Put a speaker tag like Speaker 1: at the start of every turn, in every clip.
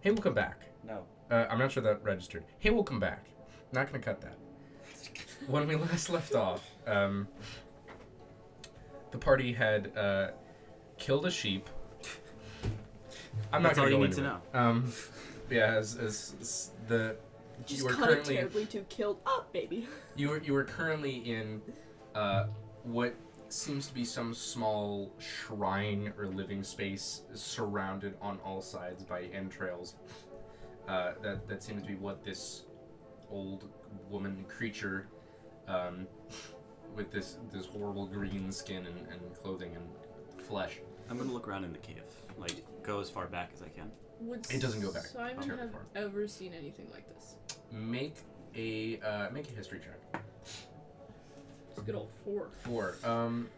Speaker 1: Hey, we'll come back.
Speaker 2: No.
Speaker 1: Uh, I'm not sure that registered. Hey, we'll come back. Not gonna cut that. when we last left off, um, the party had uh, killed a sheep. I'm
Speaker 3: That's
Speaker 1: not gonna
Speaker 3: all you
Speaker 1: go
Speaker 3: need
Speaker 1: into
Speaker 3: to
Speaker 1: it. Um, yeah, as, as, as the
Speaker 4: Just
Speaker 1: you are
Speaker 4: cut it
Speaker 1: currently
Speaker 4: terribly to killed up, baby.
Speaker 1: you are, you are currently in uh, what seems to be some small shrine or living space surrounded on all sides by entrails. Uh, that that seems to be what this old woman creature um, with this this horrible green skin and, and clothing and flesh.
Speaker 3: I'm gonna look around in the cave. Like, go as far back as I can.
Speaker 5: Would
Speaker 1: It doesn't go back.
Speaker 5: Simon
Speaker 1: Terrible
Speaker 5: have
Speaker 1: form.
Speaker 5: ever seen anything like this?
Speaker 1: Make a uh, make a history check.
Speaker 5: It's a good old four.
Speaker 1: Four. Um,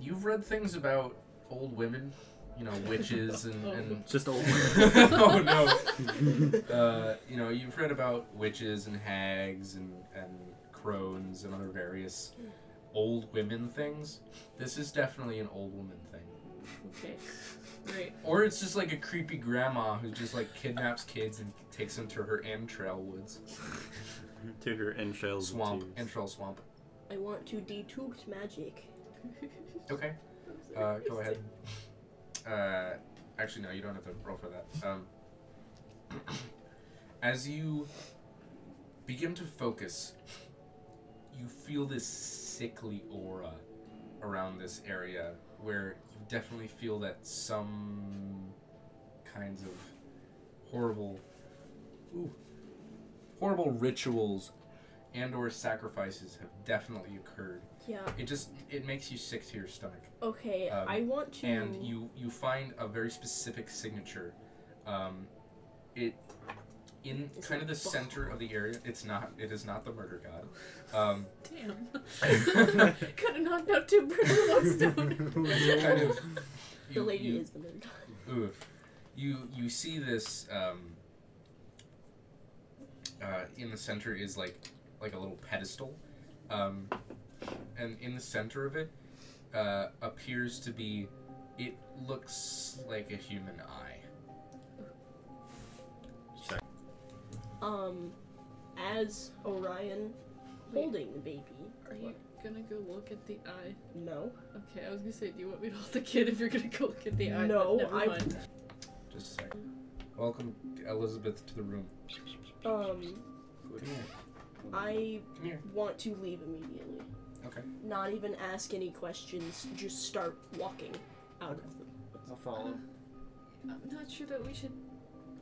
Speaker 1: you've read things about old women, you know, witches and. and...
Speaker 3: Just old.
Speaker 1: oh no! Uh, you know, you've read about witches and hags and, and crones and other various old women things. This is definitely an old woman thing.
Speaker 5: Okay, great.
Speaker 1: Or it's just like a creepy grandma who just like kidnaps kids and takes them to her entrail woods.
Speaker 3: to her entrails. and
Speaker 1: Swamp.
Speaker 3: tears.
Speaker 1: Entrail swamp.
Speaker 4: I want to detect magic.
Speaker 1: Okay. Uh, go ahead. Uh, actually, no, you don't have to roll for that. Um, as you begin to focus, you feel this sickly aura around this area where you definitely feel that some kinds of horrible, ooh, horrible rituals and or sacrifices have definitely occurred.
Speaker 4: Yeah.
Speaker 1: It just it makes you sick to your stomach
Speaker 4: Okay,
Speaker 1: Um,
Speaker 4: I want to.
Speaker 1: and you you find a very specific signature. Um, it in
Speaker 4: Is
Speaker 1: kind of
Speaker 4: it
Speaker 1: the center of the area. It's not. It is not the murder god. Um,
Speaker 5: Damn. Could have knocked out two birds with one stone.
Speaker 1: kind of.
Speaker 4: the
Speaker 1: you-
Speaker 4: lady
Speaker 1: you-
Speaker 4: is the moon.
Speaker 1: Ooh. You you see this um, uh, in the center is like like a little pedestal, um, and in the center of it uh, appears to be it looks like a human eye.
Speaker 4: Um, as Orion
Speaker 5: Wait.
Speaker 4: holding the baby.
Speaker 5: Are you gonna go look at the eye?
Speaker 4: No.
Speaker 5: Okay, I was gonna say, do you want me to hold the kid if you're gonna go look at the eye?
Speaker 4: No,
Speaker 5: Never
Speaker 4: I-
Speaker 5: mind.
Speaker 1: Just a second. Welcome Elizabeth to the room.
Speaker 4: Um,
Speaker 1: Come here.
Speaker 4: I
Speaker 1: Come here.
Speaker 4: want to leave immediately.
Speaker 1: Okay.
Speaker 4: Not even ask any questions. Just start walking Um, out of them.
Speaker 2: I'll follow.
Speaker 5: I'm not sure that we should.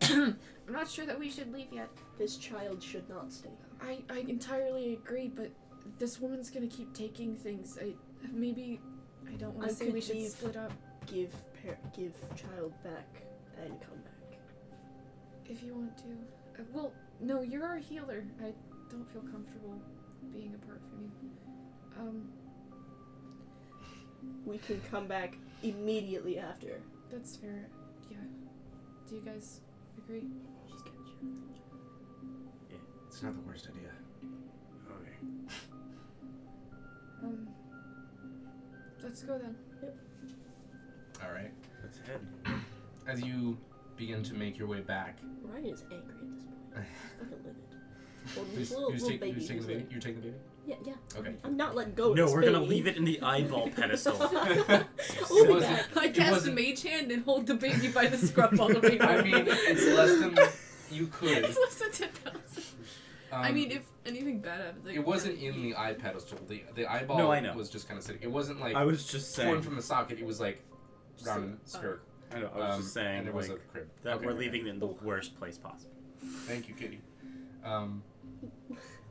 Speaker 5: I'm not sure that we should leave yet.
Speaker 4: This child should not stay.
Speaker 5: I, I entirely agree, but this woman's gonna keep taking things. I maybe I don't want
Speaker 4: I
Speaker 5: to say
Speaker 4: could
Speaker 5: we should
Speaker 4: leave.
Speaker 5: split up.
Speaker 4: Give par- give child back and come back.
Speaker 5: If you want to. Uh, well, no, you're our healer. I don't feel comfortable being apart from you. Um,
Speaker 4: We can come back immediately after.
Speaker 5: that's fair. Yeah. Do you guys agree?
Speaker 4: She's gonna jump.
Speaker 1: It's not the worst idea.
Speaker 3: Okay.
Speaker 5: Um, let's go then.
Speaker 1: All right.
Speaker 3: Let's head.
Speaker 1: As you begin to make your way back,
Speaker 4: Orion is angry at this point. He's fucking livid. Well,
Speaker 1: who's,
Speaker 4: this little,
Speaker 1: who's,
Speaker 4: little
Speaker 1: take-
Speaker 4: baby.
Speaker 1: who's taking the
Speaker 4: who's
Speaker 1: baby? You're taking the baby.
Speaker 4: like- Yeah, yeah.
Speaker 1: Okay.
Speaker 4: I'm not letting go. of
Speaker 3: No,
Speaker 4: this
Speaker 3: we're gonna
Speaker 4: baby.
Speaker 3: leave it in the eyeball pedestal.
Speaker 4: We'll be
Speaker 1: It wasn't-
Speaker 4: back.
Speaker 5: I
Speaker 1: It
Speaker 5: cast a
Speaker 1: wasn't-
Speaker 5: mage hand and hold the baby by the scruff all the way
Speaker 1: I
Speaker 5: down.
Speaker 1: mean, it's less than you could.
Speaker 5: it's less than 10,000. I
Speaker 1: Um,
Speaker 5: mean, if anything bad happens, like,
Speaker 1: it wasn't in the eye pedestal. The the eyeball
Speaker 3: No, I know.
Speaker 1: was just kind of sitting. It wasn't like
Speaker 3: I was just
Speaker 1: torn
Speaker 3: saying.
Speaker 1: from the socket. It was like
Speaker 5: Just
Speaker 1: round
Speaker 5: a- uh,
Speaker 1: and spherical.
Speaker 3: I, know, I was
Speaker 1: Um,
Speaker 3: just saying
Speaker 1: and there was
Speaker 3: like,
Speaker 1: a crib.
Speaker 3: that
Speaker 1: Okay,
Speaker 3: we're
Speaker 1: okay.
Speaker 3: leaving it in the worst place possible.
Speaker 1: Thank you, Kitty. Um,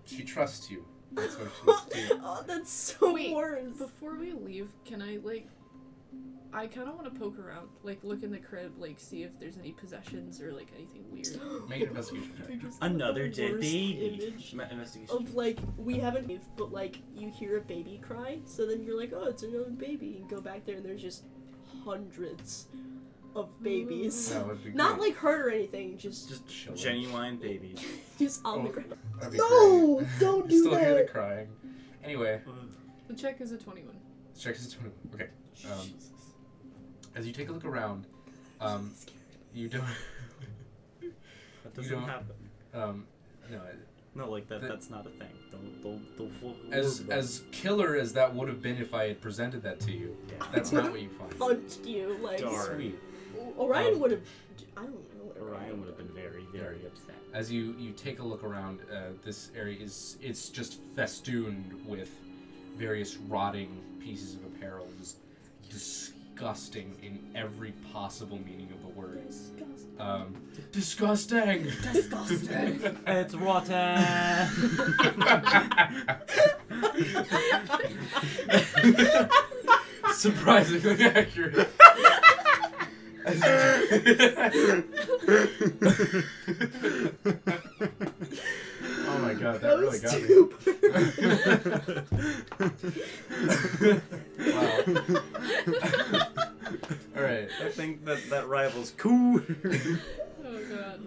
Speaker 1: she trusts you. That's what she's doing.
Speaker 4: oh, that's so
Speaker 5: Wait,
Speaker 4: worse.
Speaker 5: Before we leave, can I like? I kind of want to poke around, like look in the crib, like see if there's any possessions or like anything weird.
Speaker 1: Make an investigation check.
Speaker 4: You're just
Speaker 3: Another
Speaker 4: the
Speaker 3: dead
Speaker 4: worst
Speaker 3: baby.
Speaker 4: image
Speaker 3: Ma- investigation.
Speaker 4: Of like we haven't, moved, but like you hear a baby cry, so then you're like, oh, it's another baby, and go back there, and there's just hundreds of babies.
Speaker 1: That would be
Speaker 4: Not
Speaker 1: great.
Speaker 4: like hurt or anything, just
Speaker 3: just
Speaker 1: Chill.
Speaker 3: genuine babies.
Speaker 4: just on the
Speaker 1: Oh,
Speaker 4: ground.
Speaker 1: That'd be
Speaker 4: No,
Speaker 1: great.
Speaker 4: don't
Speaker 1: You
Speaker 4: do
Speaker 1: still hear the
Speaker 4: that.
Speaker 1: crying. Anyway,
Speaker 5: The check is a twenty-one.
Speaker 1: check is twenty. Okay. Um, as you take a look around, um, you don't.
Speaker 3: doesn't
Speaker 1: don't-
Speaker 3: happen.
Speaker 1: Um, no,
Speaker 3: No, like that.
Speaker 1: That-
Speaker 3: that's not a thing. Don't don't don't. fool-
Speaker 1: as
Speaker 3: worry about
Speaker 1: as killer as that would have been if I had presented that to you,
Speaker 3: it. Yeah.
Speaker 1: that's not what you find.
Speaker 4: punched you like
Speaker 3: Darn.
Speaker 1: Sweet.
Speaker 4: O- Orion
Speaker 1: Oh.
Speaker 3: Um,
Speaker 4: would have. I don't know what
Speaker 3: Orion would have been very very upset.
Speaker 1: As you you take a look around, uh, this area is it's just festooned with various rotting pieces of apparel, just disgusting in every possible meaning of the word.
Speaker 6: Disgusting.
Speaker 1: Um, disgusting.
Speaker 4: Disgusting.
Speaker 3: It's rotten.
Speaker 2: Oh
Speaker 1: Surprisingly accurate. oh my god, that,
Speaker 4: That
Speaker 1: really
Speaker 4: was
Speaker 1: got
Speaker 4: stupid.
Speaker 1: me. Wow. All right.
Speaker 3: I think that that rivals cool.
Speaker 6: Oh god.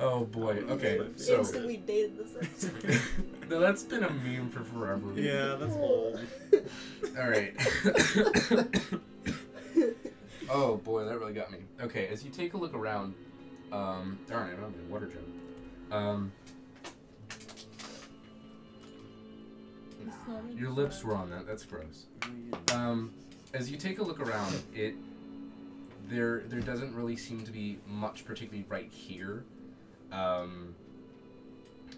Speaker 1: Oh boy. Okay. So
Speaker 4: Seems that we dated this episode.
Speaker 1: no, that's been a meme for forever.
Speaker 3: yeah, that's old.
Speaker 2: Oh.
Speaker 1: All right. oh boy, that really got me. Okay, as you take a look around, um, darn, I don't have a water jug. Um, your lips were on that. That's gross. Um, as you take a look around, it there there doesn't really seem to be much particularly right here. Um,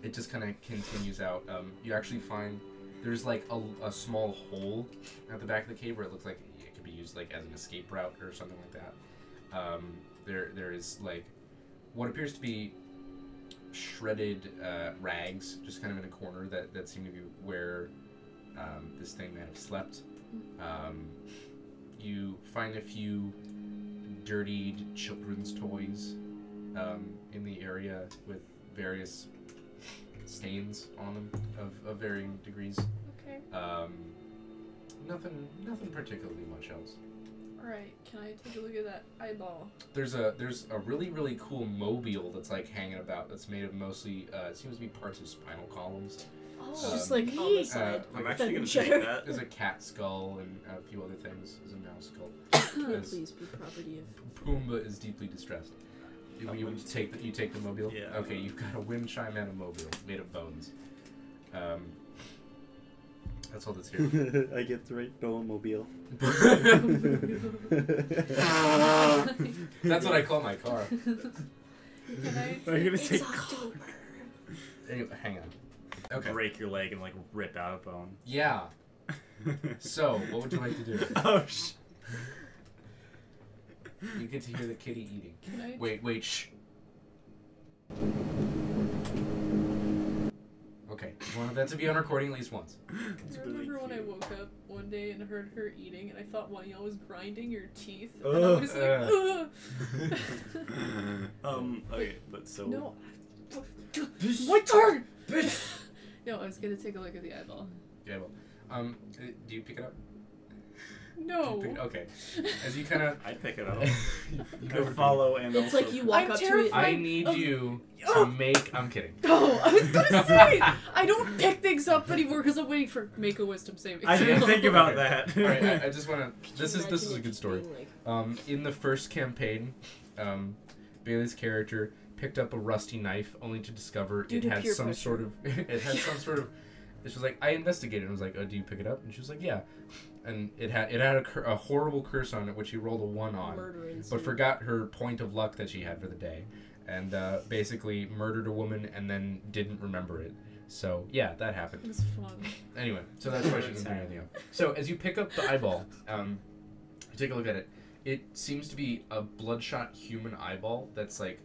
Speaker 1: it just kind of continues out. Um, you actually find there's like a, a small hole at the back of the cave where it looks like it could be used like as an escape route or something like that. Um, there there is like what appears to be shredded uh, rags just kind of in a corner that, that seem to be where um, this thing might have slept. Um, you find a few dirtied children's toys um, in the area with various stains on them of, of varying degrees.
Speaker 6: Okay.
Speaker 1: Um, nothing, nothing particularly much else.
Speaker 6: Alright, can I take a look at that eyeball?
Speaker 1: There's a there's a really really cool mobile that's like hanging about that's made of mostly uh, it seems to be parts of spinal columns.
Speaker 6: Oh,
Speaker 1: It's just
Speaker 4: like
Speaker 6: neat.
Speaker 4: almost-
Speaker 1: Uh,
Speaker 4: Side.
Speaker 3: I'm
Speaker 1: like,
Speaker 3: actually gonna
Speaker 4: Adventure.
Speaker 3: take that.
Speaker 1: there's a cat skull and a few other things. There's a mouse skull.
Speaker 4: Can we
Speaker 1: Yes.
Speaker 4: please be property of?
Speaker 1: Pumbaa is deeply distressed. You,
Speaker 3: Uh,
Speaker 1: you
Speaker 3: wind
Speaker 1: take the, you take the mobile.
Speaker 3: Yeah.
Speaker 1: Okay, you've got a wind chime and a mobile made of bones. Um, that's all that's here.
Speaker 2: I get to write no mobile.
Speaker 3: Uh,
Speaker 1: that's what I call my car.
Speaker 6: Can I
Speaker 3: Are you gonna
Speaker 4: It's
Speaker 3: say
Speaker 4: October.
Speaker 1: Anyway, hang on. Okay.
Speaker 3: break your leg and like rip out a bone?
Speaker 1: Yeah. So, what would you like to do?
Speaker 3: oh sh.
Speaker 1: You get to hear the kitty eating.
Speaker 6: can I
Speaker 1: Wait, wait, shh. Okay, you wanted that to be on recording at least once.
Speaker 6: I remember when I woke up one day and heard her eating, and I thought one of y'all was grinding your teeth, and I
Speaker 3: Ugh.
Speaker 6: was like, Ugh.
Speaker 3: um. Okay, but so.
Speaker 6: no,
Speaker 3: Bitch.
Speaker 6: my turn. no, I was gonna take a look at the eyeball.
Speaker 1: Yeah, well. Um, uh, do you pick it up? Do you
Speaker 6: No,
Speaker 1: pick it-
Speaker 5: Oh.
Speaker 1: Okay. As you kind of
Speaker 3: I pick it up.
Speaker 1: you
Speaker 3: I
Speaker 1: go for-
Speaker 3: follow and
Speaker 4: It's
Speaker 3: also
Speaker 4: like you walk
Speaker 6: I'm
Speaker 4: up to
Speaker 6: terrified.
Speaker 1: I
Speaker 6: Like,
Speaker 1: need
Speaker 6: of-
Speaker 1: you to
Speaker 6: Oh.
Speaker 1: make. I'm kidding.
Speaker 6: no, I was gonna say I don't pick things up anymore because I'm waiting for make a wisdom saving.
Speaker 3: I didn't
Speaker 6: throw.
Speaker 3: think about that.
Speaker 1: All right, I, I just want
Speaker 4: it.
Speaker 1: to. This is this is a good story.
Speaker 4: Like,
Speaker 1: Um, in the first campaign, um, Bailey's character picked up a rusty knife only to discover
Speaker 4: Due
Speaker 1: it
Speaker 4: to
Speaker 1: had
Speaker 4: peer
Speaker 1: some
Speaker 4: pressure.
Speaker 1: sort of it had some sort of. She was like, I investigated. and was like, Oh, do you pick it up? And she was like, Yeah. And it had it had a, cur- a horrible curse on it, which she rolled a one on.
Speaker 4: murder
Speaker 1: but
Speaker 4: ensued.
Speaker 1: forgot her point of luck that she had for the day and uh, basically murdered a woman and then didn't remember it so yeah that
Speaker 6: It
Speaker 1: happened
Speaker 6: was fun.
Speaker 1: anyway so that's why she doesn't do anything else. so as you pick up the eyeball um, you take a look at it it seems to be a bloodshot human eyeball that's like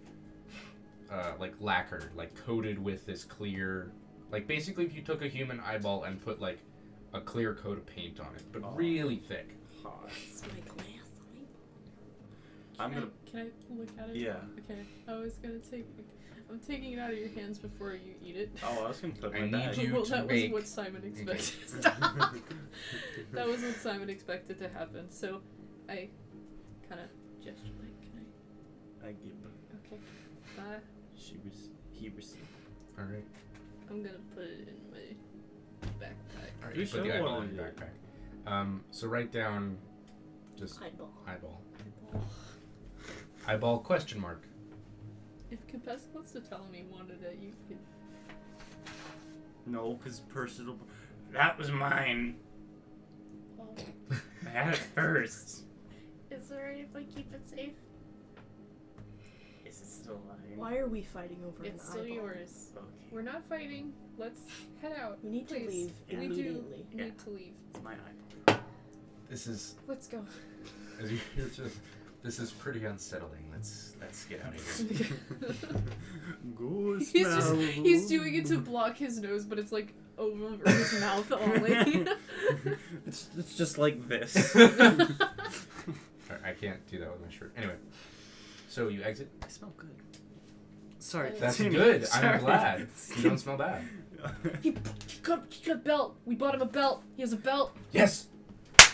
Speaker 1: uh, like lacquered like coated with this clear like basically if you took a human eyeball and put like a clear coat of paint on it but
Speaker 3: Aw.
Speaker 1: really thick
Speaker 4: It's my glass.
Speaker 3: I'm
Speaker 6: Can I-
Speaker 3: gonna.
Speaker 6: Can I look at it?
Speaker 3: Yeah.
Speaker 6: Okay, I was gonna take. I'm taking it out of your hands before you eat it.
Speaker 3: Oh, I was gonna put
Speaker 1: I
Speaker 3: my
Speaker 1: need
Speaker 3: bag.
Speaker 1: you
Speaker 6: well,
Speaker 1: to
Speaker 6: that
Speaker 1: make-
Speaker 6: was what Simon
Speaker 1: Okay.
Speaker 6: expected. Stop. that was what Simon expected to happen. So, I kind of gesture like, "Can
Speaker 3: I give.
Speaker 6: I?" Okay. Uh,
Speaker 3: She was. He received.
Speaker 1: all right
Speaker 6: I'm gonna put it in my backpack.
Speaker 1: All right,
Speaker 3: Do
Speaker 1: you put the
Speaker 3: so
Speaker 1: eyeball
Speaker 3: well.
Speaker 1: in your backpack. Um, so write down just
Speaker 4: Eyeball.
Speaker 1: eyeball. Eyeball question mark.
Speaker 5: If Capes wants to tell me one of that, you could.
Speaker 7: No, because personal. That was mine.
Speaker 6: Well,
Speaker 7: I had it first.
Speaker 6: is there if I keep it safe?
Speaker 7: Is it still mine?
Speaker 4: Why are we fighting over an
Speaker 5: It's still
Speaker 4: eyeball?
Speaker 5: yours.
Speaker 7: Okay.
Speaker 6: We're not fighting. Let's head out.
Speaker 4: We need
Speaker 6: Please.
Speaker 4: to leave
Speaker 7: Yeah.
Speaker 6: We do.
Speaker 4: immediately.
Speaker 6: We
Speaker 7: Yeah.
Speaker 6: need to leave.
Speaker 7: It's my eye.
Speaker 1: This is
Speaker 6: Let's go.
Speaker 1: as you hear this, this is pretty unsettling. Let's let's get out of here.
Speaker 7: Goose
Speaker 5: He's just- He's doing it to block his nose, but it's like over his mouth only.
Speaker 7: it's, it's just like this.
Speaker 1: Sorry, I can't do that with my shirt. Anyway, so you exit.
Speaker 7: I smell good. Sorry.
Speaker 1: That's
Speaker 7: continue.
Speaker 1: good.
Speaker 7: Sorry.
Speaker 1: I'm glad. You don't smell bad.
Speaker 5: he, he, got, he got a belt. We bought him a belt. He has a belt.
Speaker 1: Yes.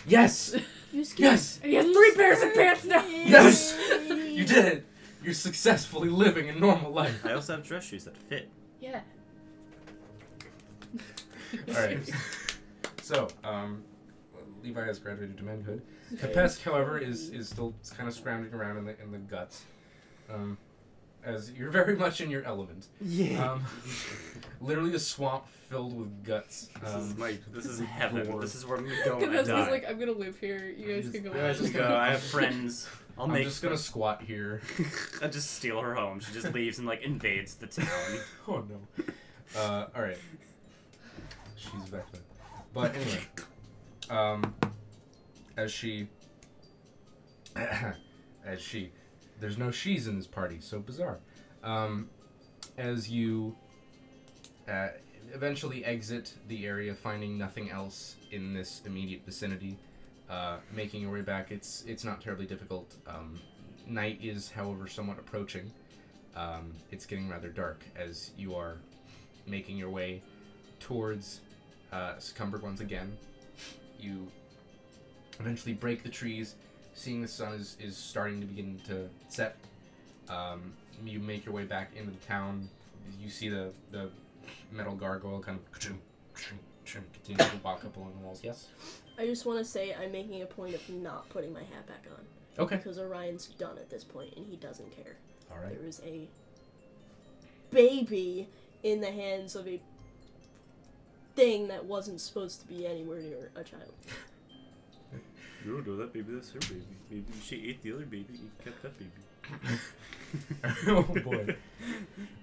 Speaker 1: Yes.
Speaker 4: You scared
Speaker 1: Yes.
Speaker 5: And he has three pairs of pants now.
Speaker 1: Yes. You did it. You're successfully living a normal life.
Speaker 7: I also have dress shoes that fit.
Speaker 5: Yeah.
Speaker 1: All right. So, um, Levi has graduated to manhood. Kapesk, however, is is still kind of scrounging around in the in the guts, um, as you're very much in your element.
Speaker 7: Yeah.
Speaker 1: Um, literally a swamp filled with guts.
Speaker 7: this is
Speaker 1: Um,
Speaker 7: my. This is heaven.
Speaker 1: Lord.
Speaker 7: This is where I'm going. when I
Speaker 5: Capes was
Speaker 7: die.
Speaker 5: like, I'm gonna live here. You guys
Speaker 1: Just-
Speaker 5: can go.
Speaker 1: I
Speaker 7: You guys
Speaker 5: out."
Speaker 7: can go. I have friends. I'll
Speaker 1: I'm
Speaker 7: make.
Speaker 1: just gonna squat here.
Speaker 7: I just steal her home. She just leaves and like invades the town.
Speaker 1: Oh no. Uh, all right. She's back then. But anyway, um, as she, as she, there's no she's in this party. So bizarre. Um, as you uh, eventually exit the area, finding nothing else in this immediate vicinity, uh, making your way back, it's it's not terribly difficult. Um, night is, however, somewhat approaching. Um, it's getting rather dark as you are making your way towards uh, Succumbered once again. You eventually break the trees, seeing the sun is, is starting to begin to set. Um, you make your way back into the town. You see the, the metal gargoyle kind of continue to walk up along the walls. Yes?
Speaker 4: I just want to say I'm making a point of not putting my hat back on
Speaker 1: Okay.
Speaker 4: because Orion's done at this point and he doesn't care.
Speaker 1: All right.
Speaker 4: There was a baby in the hands of a thing that wasn't supposed to be anywhere near a child.
Speaker 7: You don't know that baby. That's her baby. Maybe she ate the other baby and kept that baby.
Speaker 1: oh boy.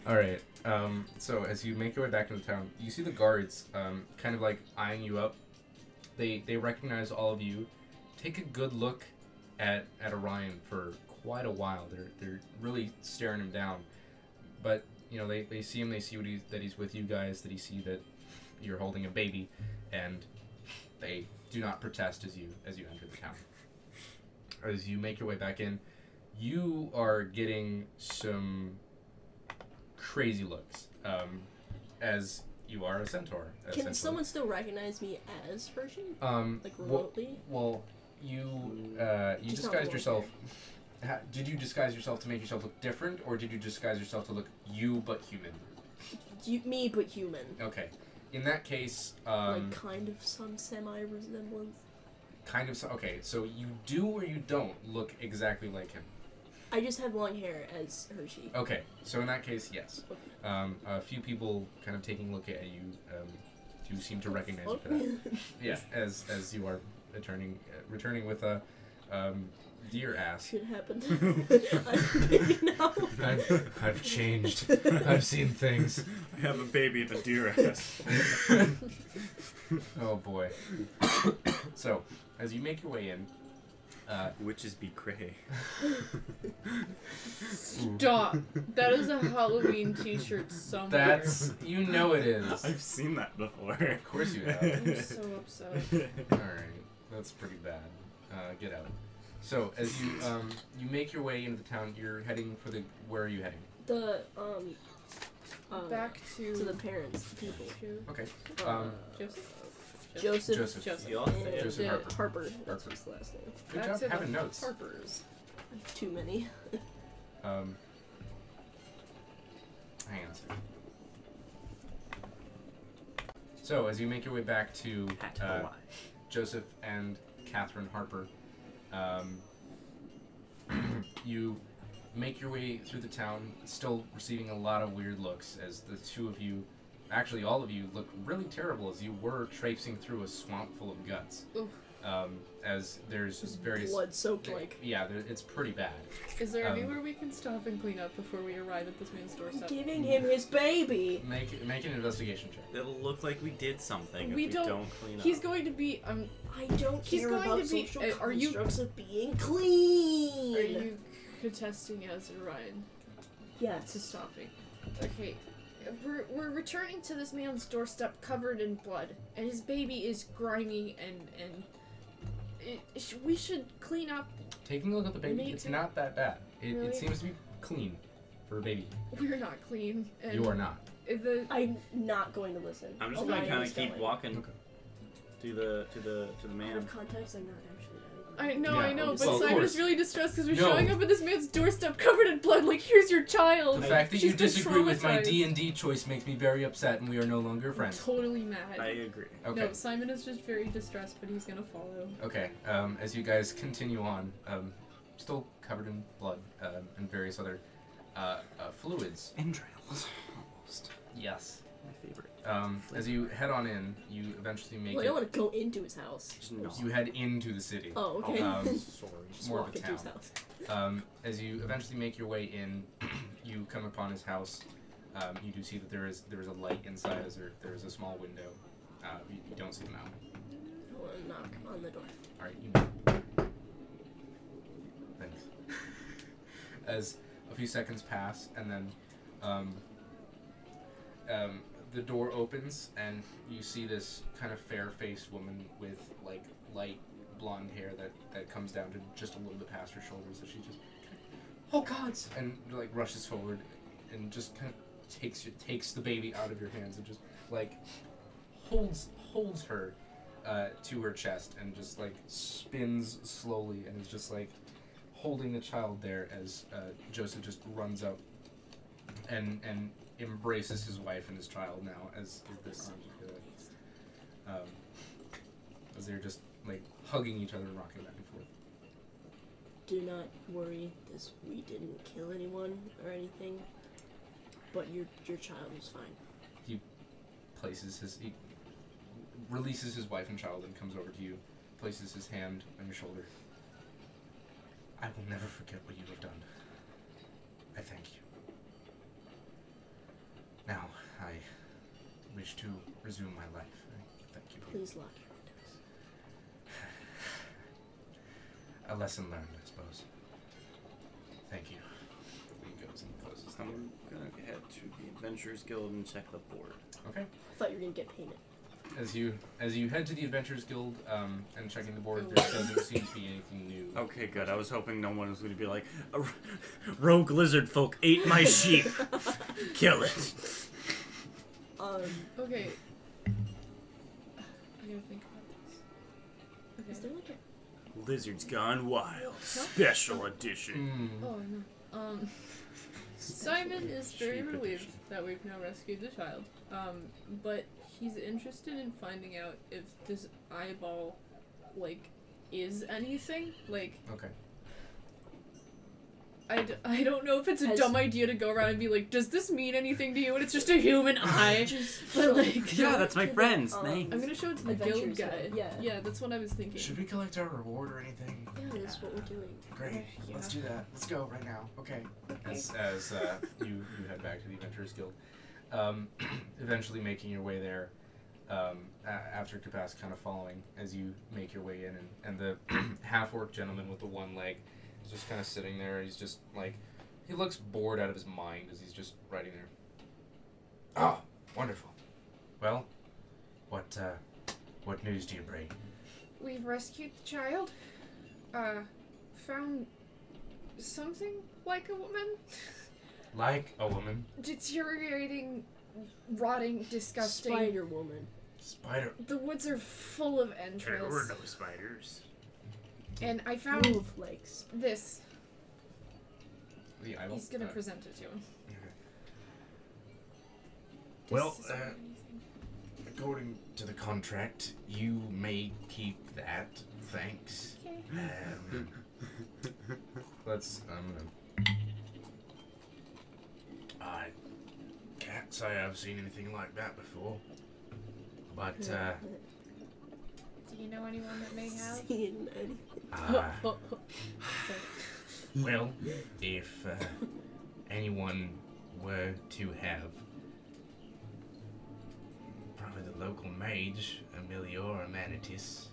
Speaker 1: All right. Um, so as you make your way back into town, you see the guards um, kind of like eyeing you up. They they recognize all of you. Take a good look at at Orion for quite a while. They're they're really staring him down. But you know they, they see him. They see what he's, that he's with you guys. That he see that you're holding a baby, and they do not protest as you as you enter the town. As you make your way back in, you are getting some crazy looks um, as you are a centaur.
Speaker 4: Can
Speaker 1: essentially.
Speaker 4: someone still recognize me as Hershey?
Speaker 1: um,
Speaker 4: Like
Speaker 1: wha-
Speaker 4: remotely?
Speaker 1: well, you uh, you
Speaker 4: Just not
Speaker 1: disguised
Speaker 4: the
Speaker 1: yourself. Ha- did you disguise yourself to make yourself look different, or did you disguise yourself to look you but human?
Speaker 4: You, me, but human.
Speaker 1: Okay, in that case, um,
Speaker 4: like kind of some semi resemblance.
Speaker 1: kind of. so- Okay, so you do or you don't look exactly like him.
Speaker 4: I just have long hair as Hershey.
Speaker 1: Okay, so in that case, yes. Um, a few people kind of taking a look at you um, do seem to recognize you for that. Yeah, as as you are returning uh, returning with a um, deer ass.
Speaker 4: Shit happened. I'm baby now.
Speaker 1: I've, I've changed. I've seen things.
Speaker 7: I have a baby in a deer ass.
Speaker 1: Oh boy. so, as you make your way in, uh,
Speaker 7: Witches be cray.
Speaker 5: Stop. That is a Halloween T-shirt somewhere.
Speaker 1: that's you know it is.
Speaker 7: I've
Speaker 1: Of
Speaker 7: seen that before.
Speaker 1: course you have.
Speaker 5: I'm so upset.
Speaker 1: All right, that's pretty bad. Uh, get out. So as you um, you make your way into the town, you're heading for the. Where are you heading?
Speaker 4: The um uh,
Speaker 6: Back to,
Speaker 4: to the parents, the people.
Speaker 5: To
Speaker 1: Okay.
Speaker 4: Uh,
Speaker 1: Um,
Speaker 5: Joseph.
Speaker 4: Joseph,
Speaker 1: Joseph.
Speaker 5: Joseph.
Speaker 4: and
Speaker 1: Joseph
Speaker 5: Yeah.
Speaker 1: Harper.
Speaker 4: Harper. That's his last name.
Speaker 1: Good
Speaker 5: Back
Speaker 1: job
Speaker 5: to the
Speaker 1: having notes.
Speaker 5: Harpers.
Speaker 4: Too many.
Speaker 1: Um, hang on a second. So, as you make your way back to
Speaker 7: Hat
Speaker 1: uh,
Speaker 7: Hawaii.
Speaker 1: Joseph and Catherine Harper, um, you make your way through the town, still receiving a lot of weird looks as the two of you, actually all of you, look really terrible as you were traipsing through a swamp full of guts.
Speaker 5: Oof.
Speaker 1: Um, as there's various.
Speaker 4: blood soaked like.
Speaker 1: Yeah, there, it's pretty bad.
Speaker 5: Is there
Speaker 1: Um,
Speaker 5: anywhere we can stop and clean up before we arrive at this man's doorstep?
Speaker 4: Giving him his baby.
Speaker 1: Make make an investigation check.
Speaker 3: It'll look like we did something if
Speaker 5: We
Speaker 3: we
Speaker 5: don't-
Speaker 3: don't, clean up.
Speaker 5: He's going to be. Um,
Speaker 4: I don't
Speaker 5: He's
Speaker 4: care
Speaker 5: going
Speaker 4: about
Speaker 5: to be-
Speaker 4: social
Speaker 5: uh, are you-
Speaker 4: constructs of being
Speaker 5: are
Speaker 4: clean.
Speaker 5: you contesting as Ryan
Speaker 4: Yes.
Speaker 5: to stopping?
Speaker 6: Okay, we're, we're returning to this man's doorstep covered in blood, and his baby is grimy and and it, sh- we should clean up.
Speaker 1: Taking a look at the baby,
Speaker 6: Me
Speaker 1: it's
Speaker 6: too.
Speaker 1: not that bad. It,
Speaker 6: Really?
Speaker 1: it seems to be clean for a baby.
Speaker 6: We're not clean. And
Speaker 1: you are not.
Speaker 6: The
Speaker 4: I'm not going to listen.
Speaker 3: I'm just
Speaker 4: Oh,
Speaker 3: gonna
Speaker 4: I
Speaker 3: kind of
Speaker 4: understand
Speaker 3: keep
Speaker 4: why.
Speaker 3: walking
Speaker 1: Okay.
Speaker 3: to the to the to the
Speaker 4: Out
Speaker 3: man.
Speaker 4: of context, I'm not actually.
Speaker 5: I know,
Speaker 1: Yeah,
Speaker 5: I know, but
Speaker 1: well, of
Speaker 5: Cyber's
Speaker 1: course.
Speaker 5: really distressed because we're
Speaker 1: No.
Speaker 5: showing up at this man's doorstep covered in blood. Like, here's your
Speaker 1: The
Speaker 5: child.
Speaker 1: fact that
Speaker 5: she's
Speaker 1: you
Speaker 5: been
Speaker 1: disagree with my
Speaker 5: traumatized.
Speaker 1: D and D choice makes me very upset, and we are no longer
Speaker 5: I'm
Speaker 1: friends.
Speaker 5: totally mad.
Speaker 3: I agree.
Speaker 1: Okay.
Speaker 5: No, Simon is just very distressed, but he's gonna follow.
Speaker 1: Okay, um, as you guys continue on, um, still covered in blood um, and various other uh, uh, fluids.
Speaker 3: Entrails, almost
Speaker 1: Yes.
Speaker 3: my favorite.
Speaker 1: Um, as you head on in, you eventually make
Speaker 4: Well, I don't
Speaker 1: it.
Speaker 4: want to go into his house.
Speaker 3: Just no.
Speaker 1: You head into the city.
Speaker 4: Oh, okay.
Speaker 1: Um,
Speaker 3: sorry.
Speaker 1: It's
Speaker 4: just
Speaker 1: more of
Speaker 4: walk
Speaker 1: a
Speaker 4: into
Speaker 1: town.
Speaker 4: his house.
Speaker 1: Um, as you eventually make your way in, you come upon his house. Um, you do see that there is there is a light inside. As there there is a small window. Uh, you, you don't see them out.
Speaker 4: I want to knock on the door.
Speaker 1: All right, you. Thanks. As a few seconds pass, and then um, um, the door opens, and you see this kind of fair-faced woman with like light blonde hair that that comes down to just a little bit past her shoulders. That she just, oh gods, and like rushes forward, and just kind of takes your, takes the baby out of your hands and just like holds holds her uh, to her chest and just like spins slowly and is just like holding the child there as uh, Joseph just runs up and and embraces his wife and his child now as as their arms are together. um, as they're just like hugging each other and rocking back and forth.
Speaker 4: Do not worry, this we didn't kill anyone or anything. But your your child is fine.
Speaker 1: Places his he releases his wife and child and comes over to you, places his hand on your shoulder. I will never forget what you have done. I thank you. Now I wish to resume my life. I thank you.
Speaker 4: Please lock your windows.
Speaker 1: A lesson learned, I suppose. Thank you. He goes and closes the door.
Speaker 3: I'm gonna head to the Adventurers Guild and check the board.
Speaker 1: Okay.
Speaker 4: I thought you were gonna get painted.
Speaker 1: As you as you head to the Adventures Guild um, and checking the board, there doesn't seem to be anything new.
Speaker 3: Okay, good. I was hoping no one was gonna be like, "A r- rogue lizard folk ate my sheep. Kill it.
Speaker 4: Um,
Speaker 5: Okay. I gotta think about this.
Speaker 4: is
Speaker 5: Okay.
Speaker 4: there like a
Speaker 3: Lizards gone wild. Special edition.
Speaker 1: Mm.
Speaker 5: Oh no. Um. Simon is very
Speaker 3: Sheep
Speaker 5: relieved
Speaker 3: edition.
Speaker 5: that we've now rescued the child. Um, but he's interested in finding out if this eyeball, like, is anything. Like,
Speaker 1: Okay.
Speaker 5: I, d- I don't know if it's a
Speaker 4: Has-
Speaker 5: dumb idea to go around and be like, does this mean anything to you? And it's just a human eye. but, like,
Speaker 3: Yeah, that's my
Speaker 4: To the,
Speaker 3: friend's
Speaker 6: Oh,
Speaker 4: um,
Speaker 3: name.
Speaker 5: I'm gonna show it to the guild
Speaker 4: Adventures
Speaker 5: guy.
Speaker 4: Guild, yeah.
Speaker 5: Yeah, that's what I was thinking.
Speaker 1: Should we collect our reward or anything?
Speaker 4: Yeah, that's what we're doing.
Speaker 1: Great. Let's do that. Let's go right now. Okay. As, as uh, you, you head back to the Adventurers Guild, um, eventually making your way there, um, a- after Capass kind of following as you make your way in, and, and the half orc gentleman with the one leg is just kind of sitting there. He's just like, he looks bored out of his mind as he's just writing there. Oh, wonderful. Well, what uh, what news do you bring?
Speaker 6: We've rescued the child. Uh, found something like a woman
Speaker 1: Like a woman,
Speaker 6: deteriorating, rotting, disgusting.
Speaker 4: Spider Woman.
Speaker 1: spider.
Speaker 6: The woods are full of entrails,
Speaker 3: spiders.
Speaker 6: and I found
Speaker 4: Move like sp-
Speaker 6: this.
Speaker 1: The idol.
Speaker 6: He's gonna
Speaker 1: Uh,
Speaker 6: present it to him.
Speaker 1: Well,
Speaker 6: This is-
Speaker 1: uh, according to the contract, you may keep that. Thanks.
Speaker 6: Okay.
Speaker 1: Um, let's. I'm gonna
Speaker 7: can't say I've seen anything like that before. But uh,
Speaker 6: Do you know anyone that may have?
Speaker 4: Seen anything.
Speaker 7: uh, well, if uh, anyone were to have probably the local mage, Emilior Amanitis,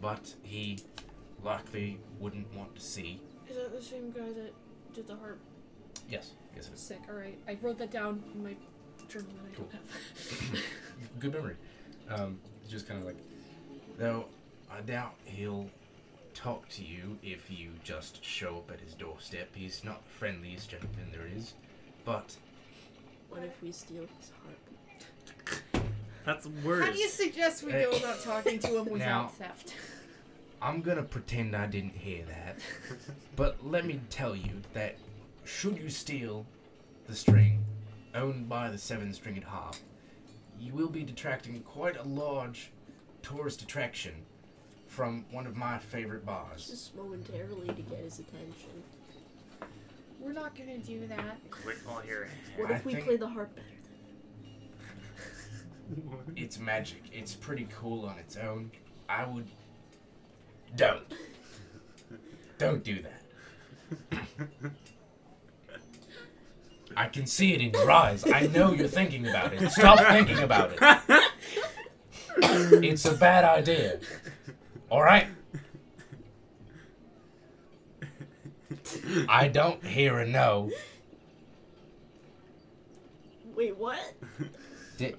Speaker 7: but he likely wouldn't want to see.
Speaker 6: Is that the same guy that did the harp?
Speaker 1: Yes. Yes, it is.
Speaker 6: Sick. All right, I wrote that down in my journal that I
Speaker 1: Cool.
Speaker 6: don't have.
Speaker 1: Good memory. Um, just kind of like,
Speaker 7: Though I doubt he'll talk to you if you just show up at his doorstep. He's not the friendliest gentleman there is, but
Speaker 4: What if we steal his harp?
Speaker 3: That's worse.
Speaker 6: How do you suggest we go
Speaker 7: Eh.
Speaker 6: about talking to him without
Speaker 7: Now-
Speaker 6: theft?
Speaker 7: I'm gonna pretend I didn't hear that. but let me tell you that should you steal the string owned by the seven stringed harp, you will be detracting quite a large tourist attraction from one of my favorite bars.
Speaker 4: Just momentarily to get his attention.
Speaker 6: We're not gonna do that.
Speaker 3: Click on your
Speaker 4: What
Speaker 7: I
Speaker 4: if we
Speaker 7: think-
Speaker 4: play the harp better than
Speaker 7: It's magic. It's pretty cool on its own. I would. Don't. Don't do that. I can see it in your eyes. I know you're thinking about it. Stop thinking about it. It's a bad idea. All right? I don't hear a no.
Speaker 4: Wait, what?
Speaker 7: Di-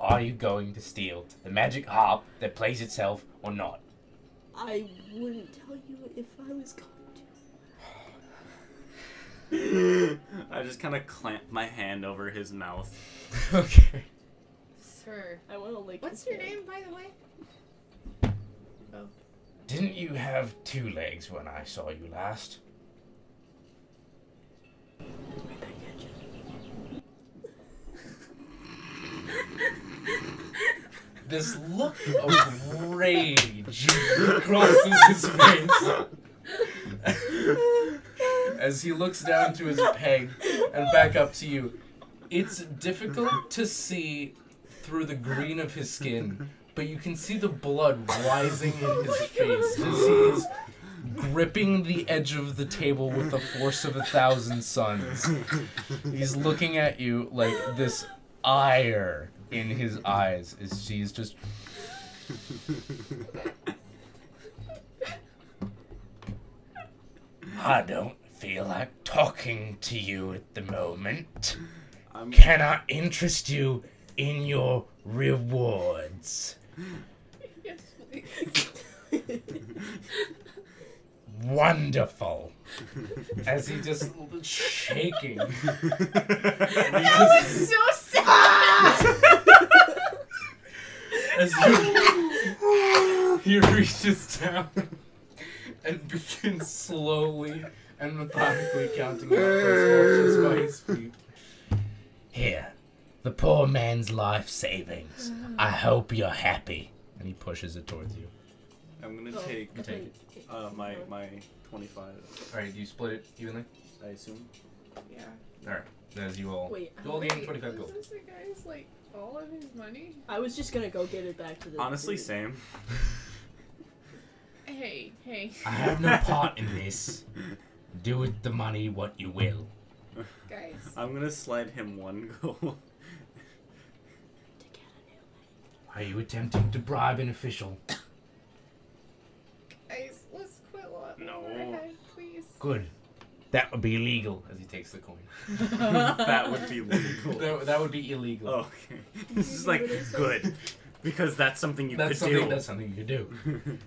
Speaker 7: Are you going to steal the magic harp that plays itself or not?
Speaker 4: I wouldn't tell you if I was going to.
Speaker 2: I just kind of clamp my hand over his mouth.
Speaker 7: Okay.
Speaker 6: Sir.
Speaker 4: I want to like.
Speaker 6: What's your name, by the way?
Speaker 7: Didn't you have two legs when I saw you last?
Speaker 1: this look of rage crosses his face as he looks down to his peg and back up to you. It's difficult to see through the green of his skin, but you can see the blood rising in his face as he is gripping the edge of the table with the force of a thousand suns. He's looking at you like this ire in his eyes as she's just I don't feel like talking to you at the moment.
Speaker 2: I'm-
Speaker 1: Can I interest you in your rewards?
Speaker 5: Yes, please.
Speaker 1: Wonderful. As he just shaking.
Speaker 6: That was so sad!
Speaker 1: As he, he reaches down and begins slowly and methodically counting out those watches by his feet. Here, the poor man's life savings. I hope you're happy. And he pushes it towards you.
Speaker 2: I'm gonna
Speaker 4: Oh,
Speaker 2: take uh, my my 25.
Speaker 1: All right, do you split it evenly?
Speaker 2: I assume.
Speaker 5: yeah.
Speaker 1: As you all,
Speaker 4: Wait, um,
Speaker 1: you all
Speaker 4: I-
Speaker 1: gain twenty-five
Speaker 5: was
Speaker 1: gold.
Speaker 5: this the guy's like all of his money?
Speaker 4: I was just gonna go get it back to the.
Speaker 2: Honestly,
Speaker 4: dude.
Speaker 2: same.
Speaker 5: Hey, hey.
Speaker 1: I have no part in this. Do with the money what you will.
Speaker 5: Guys,
Speaker 2: I'm gonna slide him one goal.
Speaker 4: To get a
Speaker 1: Are you attempting to bribe an official?
Speaker 5: guys, let's quit while
Speaker 2: No.
Speaker 5: we're ahead, please.
Speaker 1: Good. That would be illegal. As he takes the coin.
Speaker 2: that would be legal.
Speaker 1: That, that would be illegal.
Speaker 2: Oh, okay. This is like good because that's something you could
Speaker 1: that's something.
Speaker 2: do.
Speaker 1: That's something you could do.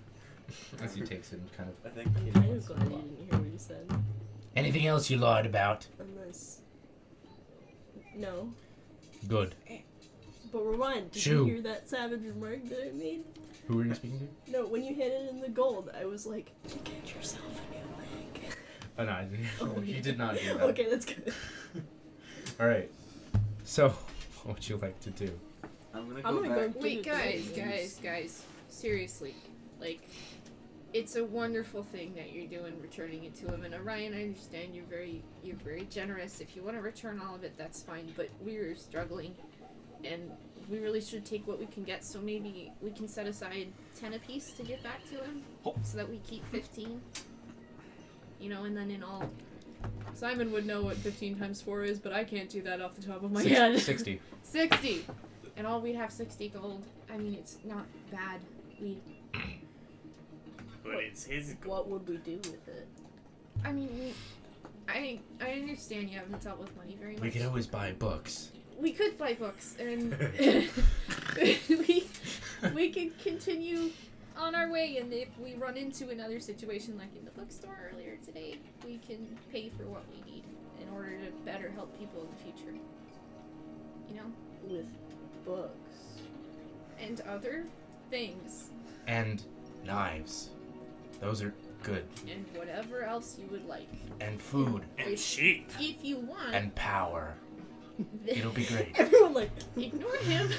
Speaker 1: As he takes it, and kind of.
Speaker 2: I think.
Speaker 4: new one. I'm kind of glad you didn't hear what he said.
Speaker 1: Anything else you lied about?
Speaker 4: Unless. No.
Speaker 1: Good.
Speaker 4: But rewind. Did
Speaker 1: Shoo.
Speaker 4: you hear that savage remark that I made?
Speaker 1: Who were you speaking to?
Speaker 4: No, when you hit it in the gold, I was like, "To get yourself a new leg.
Speaker 1: Oh no, I didn't.
Speaker 4: Oh,
Speaker 1: you
Speaker 4: yeah.
Speaker 1: did not hear that.
Speaker 4: okay, that's good.
Speaker 1: All right. So, what would you like to do?
Speaker 2: I'm gonna go
Speaker 4: I'm gonna
Speaker 2: back.
Speaker 4: go.
Speaker 5: Wait,
Speaker 4: do it.
Speaker 5: guys, guys, guys. Seriously. Like,
Speaker 6: it's a wonderful thing that you're doing, returning it to him. And Orion, I understand you're very you're very generous. If you want to return all of it, that's fine. But we're struggling, and we really should take what we can get. So maybe we can set aside ten apiece to give back to him,
Speaker 2: Oh.
Speaker 6: so that we keep fifteen. You know, and then in all,
Speaker 5: Simon would know what 15 times 4 is, but I can't do that off the top of my
Speaker 7: Six-
Speaker 5: head.
Speaker 7: 60.
Speaker 6: 60 and all we'd have 60 gold i mean it's not bad we
Speaker 3: But it's his goal.
Speaker 4: What would we do with it?
Speaker 6: i mean we i i understand you haven't dealt with money very much
Speaker 7: We could always buy books.
Speaker 6: we could buy books and we we could continue on our way and if we run into another situation like in the bookstore earlier today we can pay for what we need in order to better help people in the future you know
Speaker 4: With books.
Speaker 6: and other things
Speaker 7: And knives. Those are good.
Speaker 6: and whatever else you would like
Speaker 7: And food.
Speaker 3: And sheep.
Speaker 6: if you want
Speaker 7: And power. It'll be great.
Speaker 4: Everyone like
Speaker 6: Ignore him.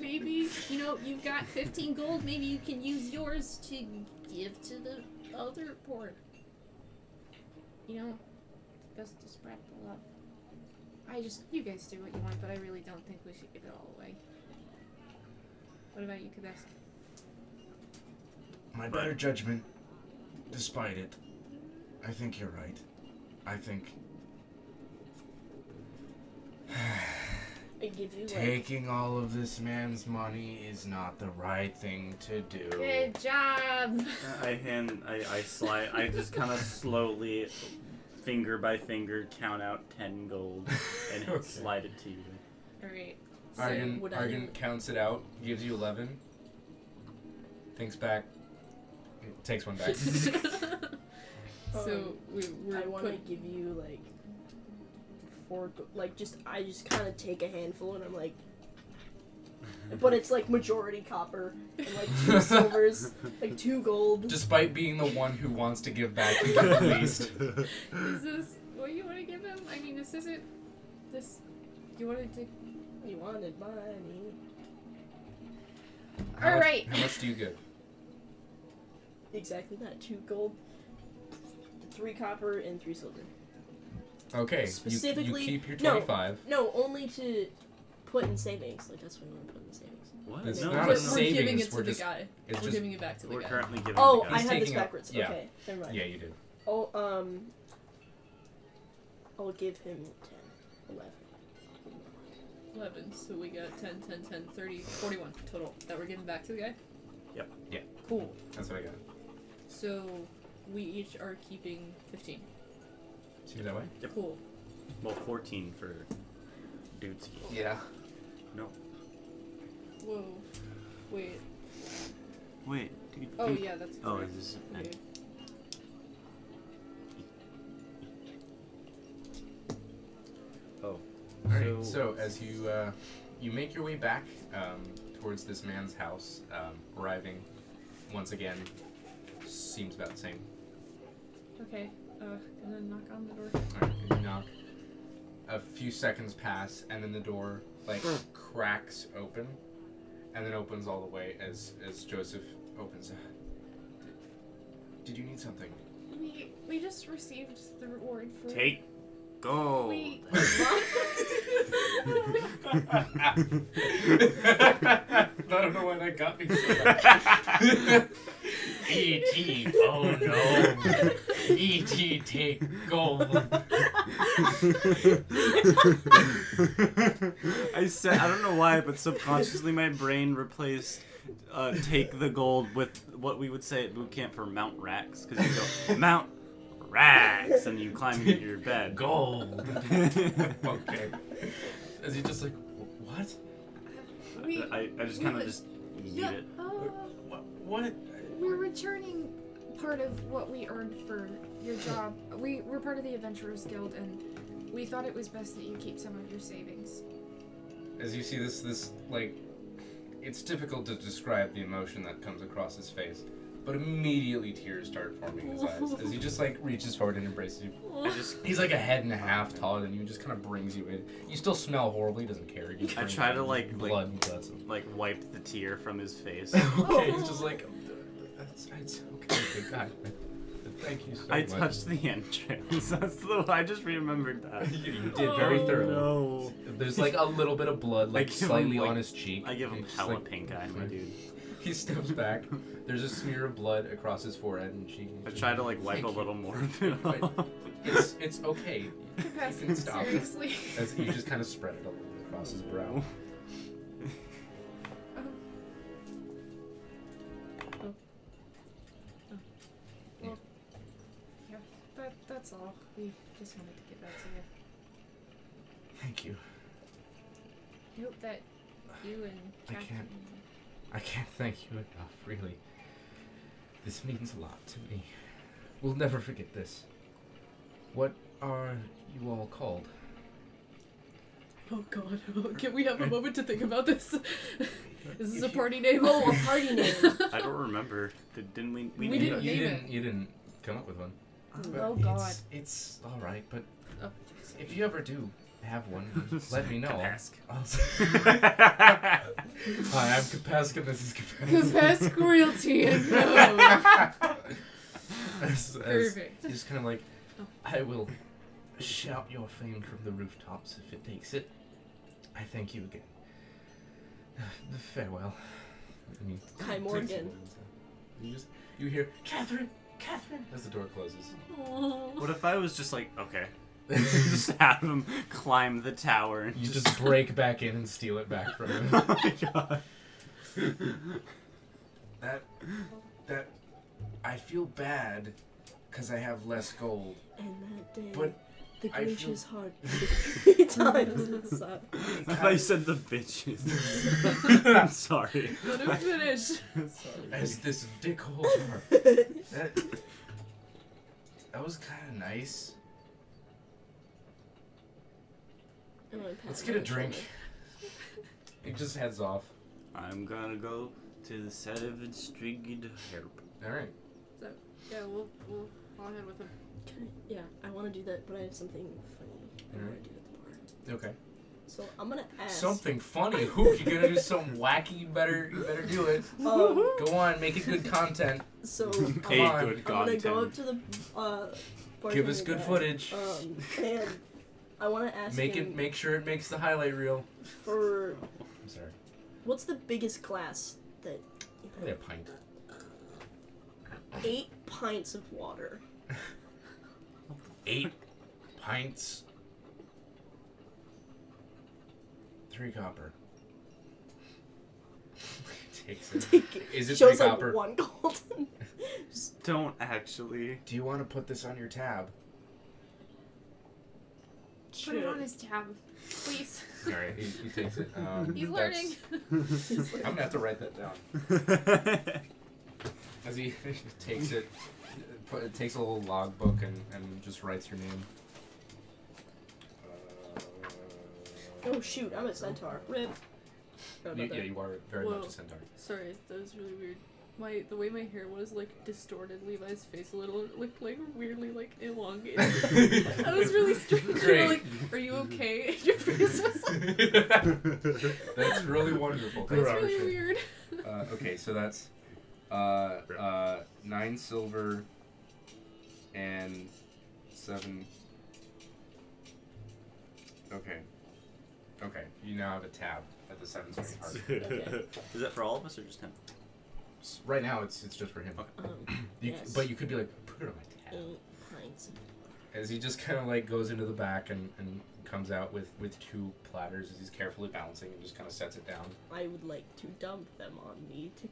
Speaker 6: maybe you know you've got 15 gold. Maybe you can use yours to give to the other poor. You know, just to spread the love. I just you guys do what you want, but I really don't think we should give it all away. What about you, Kabesk?
Speaker 7: My better judgment, despite it, I think you're right. I think
Speaker 4: I give you like
Speaker 7: taking all of this man's money is not the right thing to do.
Speaker 6: Good job.
Speaker 3: I hand, I, I slide, I just kind of slowly, finger by finger, count out 10 gold and
Speaker 1: Okay.
Speaker 3: slide it to you.
Speaker 6: All right.
Speaker 4: so
Speaker 1: Argon,
Speaker 4: would I-
Speaker 1: Argon counts it out, gives you 11, thinks back, takes one back.
Speaker 5: so we, we're
Speaker 4: I want to
Speaker 5: put,
Speaker 4: give you like four, go- like just I just kind of take a handful and I'm like, but it's like majority copper and like two silvers, like two gold.
Speaker 1: Despite being the one who wants to give back you give the least.
Speaker 5: Is this what you want to give him? I mean, this isn't. This. You wanted to.
Speaker 4: you wanted money.
Speaker 1: How much-
Speaker 6: Alright.
Speaker 1: How much do you give?
Speaker 4: Exactly that. Two gold, three copper, and three silver.
Speaker 1: Okay, you- you,
Speaker 4: Specifically-
Speaker 1: keep your
Speaker 4: no.
Speaker 1: 25.
Speaker 4: No, only to put in savings. Like that's what I want to put in savings.
Speaker 3: What?
Speaker 1: It's
Speaker 3: no,
Speaker 1: not
Speaker 5: we're,
Speaker 1: a
Speaker 5: we're
Speaker 1: savings,
Speaker 5: giving it to
Speaker 1: we're
Speaker 5: the
Speaker 1: just-
Speaker 5: guy.
Speaker 1: It's
Speaker 5: we're
Speaker 1: just,
Speaker 5: giving it back to the
Speaker 3: We're
Speaker 5: guy.
Speaker 3: currently giving
Speaker 4: Oh,
Speaker 3: the
Speaker 4: I
Speaker 3: guy.
Speaker 1: He's
Speaker 4: had this
Speaker 1: taking a-
Speaker 4: backwards.
Speaker 1: yeah.
Speaker 4: Okay, never mind.
Speaker 1: yeah, you did.
Speaker 4: Oh, um, I'll give him ten, eleven.
Speaker 5: 11, so we got 10, 10, 10, 30, 41 total that we're giving back to the guy?
Speaker 3: Yep.
Speaker 1: Yeah.
Speaker 5: Cool.
Speaker 1: That's what I got.
Speaker 5: So we each are keeping 15.
Speaker 1: See it that way?
Speaker 3: Yep.
Speaker 5: Cool.
Speaker 3: Well, 14 for dudes.
Speaker 1: Yeah.
Speaker 5: Whoa. Wait.
Speaker 3: Wait, dude.
Speaker 5: Oh,
Speaker 3: dude.
Speaker 5: yeah, that's
Speaker 3: Oh, is
Speaker 5: correct.
Speaker 3: this.
Speaker 5: Okay.
Speaker 3: Oh.
Speaker 1: All right. So, as you uh, you make your way back um, towards this man's house, um, arriving once again, seems about the same.
Speaker 5: Okay. Uh, gonna knock on the door.
Speaker 1: All right, you knock. A few seconds pass, and then the door like
Speaker 7: Hmm.
Speaker 1: cracks open, and then opens all the way as as Joseph opens. it. Did you need something?
Speaker 6: We we just received the reward for
Speaker 3: Take. Go.
Speaker 6: we.
Speaker 1: I don't know why that got me. So bad.
Speaker 7: E.T. Oh no.
Speaker 1: E
Speaker 7: E.T. Take gold.
Speaker 3: I said I don't know why, but subconsciously my brain replaced uh, "take the gold" with what we would say at boot camp for Mount Rax, because you go Mount Rax and you climb into your bed.
Speaker 7: Gold.
Speaker 1: okay. Is he just like "Wh- what?
Speaker 6: we
Speaker 3: I, I just kind of just eat
Speaker 6: yeah,
Speaker 3: it.
Speaker 6: oh.
Speaker 7: What? what?
Speaker 6: We're returning part of what we earned for your job. We we're part of the Adventurers Guild, and we thought it was best that you keep some of your savings.
Speaker 1: as you see this this like it's difficult to describe the emotion that comes across his face but immediately tears start forming in his eyes as he just like reaches forward and embraces you
Speaker 3: I just
Speaker 1: he's like a head and a half taller than you just kind of brings you in you still smell horribly he doesn't care you
Speaker 3: I
Speaker 1: drink
Speaker 3: try to,
Speaker 1: his
Speaker 3: like- like-
Speaker 1: blood and guts him.
Speaker 3: like wipe the tear from his face.
Speaker 1: okay he's just like "Um, It's, it's okay. Good God. Thank you so
Speaker 3: I
Speaker 1: much.
Speaker 3: touched the entrails. That's the. I just remembered that.
Speaker 1: You, you did very
Speaker 5: Oh,
Speaker 1: thoroughly.
Speaker 3: No.
Speaker 1: There's like a little bit of blood, like
Speaker 3: give him,
Speaker 1: slightly
Speaker 3: like-
Speaker 1: on his cheek.
Speaker 3: I give him
Speaker 1: He's just
Speaker 3: hella
Speaker 1: like-
Speaker 3: pink eye, my dude.
Speaker 1: He steps back. There's a smear of blood across his forehead and cheek.
Speaker 3: I try to like wipe
Speaker 1: Thank
Speaker 3: a
Speaker 1: you.
Speaker 3: little more of it
Speaker 1: Wait.
Speaker 3: off.
Speaker 1: It's it's okay. You
Speaker 6: Capacity,
Speaker 1: can stop.
Speaker 6: seriously.
Speaker 1: As he just kind of spread it a little bit across his brow.
Speaker 6: Yeah, that, that's all. We just wanted to get back to you.
Speaker 7: Thank you.
Speaker 6: Note that you and
Speaker 7: I
Speaker 6: Jack
Speaker 7: can't. I can't thank you enough, really. This means a lot to me. We'll never forget this. What are you all called?
Speaker 5: Oh god, can we have a moment to think about this? Is this a
Speaker 7: If you-
Speaker 5: party name?
Speaker 4: Oh, a party name.
Speaker 3: I don't remember. Did, didn't we? We,
Speaker 5: We
Speaker 3: knew
Speaker 5: didn't
Speaker 3: that.
Speaker 1: you
Speaker 5: name
Speaker 1: didn't you didn't come up with one.
Speaker 6: Oh god.
Speaker 7: It's, it's all right, but
Speaker 6: Oh.
Speaker 7: if you ever do have one, let me know.
Speaker 3: Kapask.
Speaker 7: I'll- Hi, I'm Kapask, and this is Kapask.
Speaker 5: Confess cruelty and no.
Speaker 7: As- as-
Speaker 5: Perfect.
Speaker 7: He's just kind of like,
Speaker 5: Oh.
Speaker 7: I will shout your fame from the rooftops if it takes it. I thank you again. Farewell.
Speaker 1: And he
Speaker 4: Hi,
Speaker 1: takes
Speaker 4: Morgan.
Speaker 1: it and so- You just you hear Catherine, Catherine, as the door closes.
Speaker 3: What if I was just like, okay, just have him climb the tower and
Speaker 7: You just break back in and steal it back from him.
Speaker 3: oh my god.
Speaker 7: that, that, I feel bad, cause I have less gold.
Speaker 4: And that day,
Speaker 7: But
Speaker 4: the
Speaker 7: I feel-
Speaker 4: Grinch's heart beat three times inside.
Speaker 3: I thought you said the bitches. I'm sorry.
Speaker 5: Let him finish.
Speaker 7: as this dickhole are. that, that was kind of nice.
Speaker 4: And I pat
Speaker 7: Let's
Speaker 4: him
Speaker 7: get a
Speaker 4: on the shoulder.
Speaker 7: drink.
Speaker 1: He just heads off.
Speaker 3: I'm gonna go to the set of Intrigued Herb.
Speaker 1: All right.
Speaker 5: Yeah, we'll we'll go ahead with him.
Speaker 4: Can I- yeah, I want to do that, but I have something funny I want
Speaker 1: Alright.
Speaker 4: to do at the bar.
Speaker 1: Okay.
Speaker 4: So I'm gonna ask.
Speaker 7: Something funny. Who you gonna do? Something wacky? You better, you better do it.
Speaker 4: Um,
Speaker 7: Go on, make it good content.
Speaker 4: so
Speaker 7: Hey,
Speaker 4: I'm,
Speaker 7: on.
Speaker 4: I'm gonna go up to the uh,
Speaker 7: Give us
Speaker 4: bartender
Speaker 7: good
Speaker 4: guy,
Speaker 7: footage.
Speaker 6: Oh,
Speaker 4: Um, and I want to ask
Speaker 7: Make
Speaker 4: him
Speaker 7: it. Make sure it makes the highlight reel.
Speaker 4: for
Speaker 7: I'm sorry.
Speaker 4: what's the biggest glass that
Speaker 7: Probably a pint.
Speaker 4: eight pints of water.
Speaker 7: Eight pints. Three copper.
Speaker 1: Takes it. Is it
Speaker 4: Shows
Speaker 1: three
Speaker 4: like
Speaker 1: copper?
Speaker 4: one gold.
Speaker 3: Don't actually.
Speaker 7: Do you want to put this on your tab?
Speaker 6: Put it on his tab, please.
Speaker 1: All right. He, he takes it. Um,
Speaker 6: He's
Speaker 1: that's-
Speaker 6: learning.
Speaker 4: He's like,
Speaker 1: I'm gonna have to write that down. As he takes it, put, it takes a little logbook and, and just writes your name.
Speaker 4: oh shoot, I'm a centaur. Rip. Forgot about
Speaker 1: You- yeah,
Speaker 4: that.
Speaker 1: you are very
Speaker 5: Whoa.
Speaker 1: much a centaur.
Speaker 5: Sorry, that was really weird. My the way my hair was like distorted Levi's face a little. It looked like weirdly like elongated. that was really strange. You were
Speaker 1: Great.
Speaker 5: like, "Are you okay?" And your face was like,
Speaker 1: That's really wonderful.
Speaker 5: "That's
Speaker 1: Thanks,
Speaker 5: really
Speaker 1: Richard.
Speaker 5: weird."
Speaker 1: Uh, okay, so that's uh, uh, nine silver and seven. Okay. Okay, you now have a tab at the seven string heart.
Speaker 3: Is that for all of us or just him?
Speaker 7: S- Right now, it's it's just for him.
Speaker 4: Um,
Speaker 7: You,
Speaker 4: Yes.
Speaker 7: But you could be like, put it on my tab.
Speaker 4: eight pints.
Speaker 1: As he just kind of like goes into the back and, and comes out with, with two platters as he's carefully balancing and just kind of sets it down.
Speaker 4: I would like to dump them on me to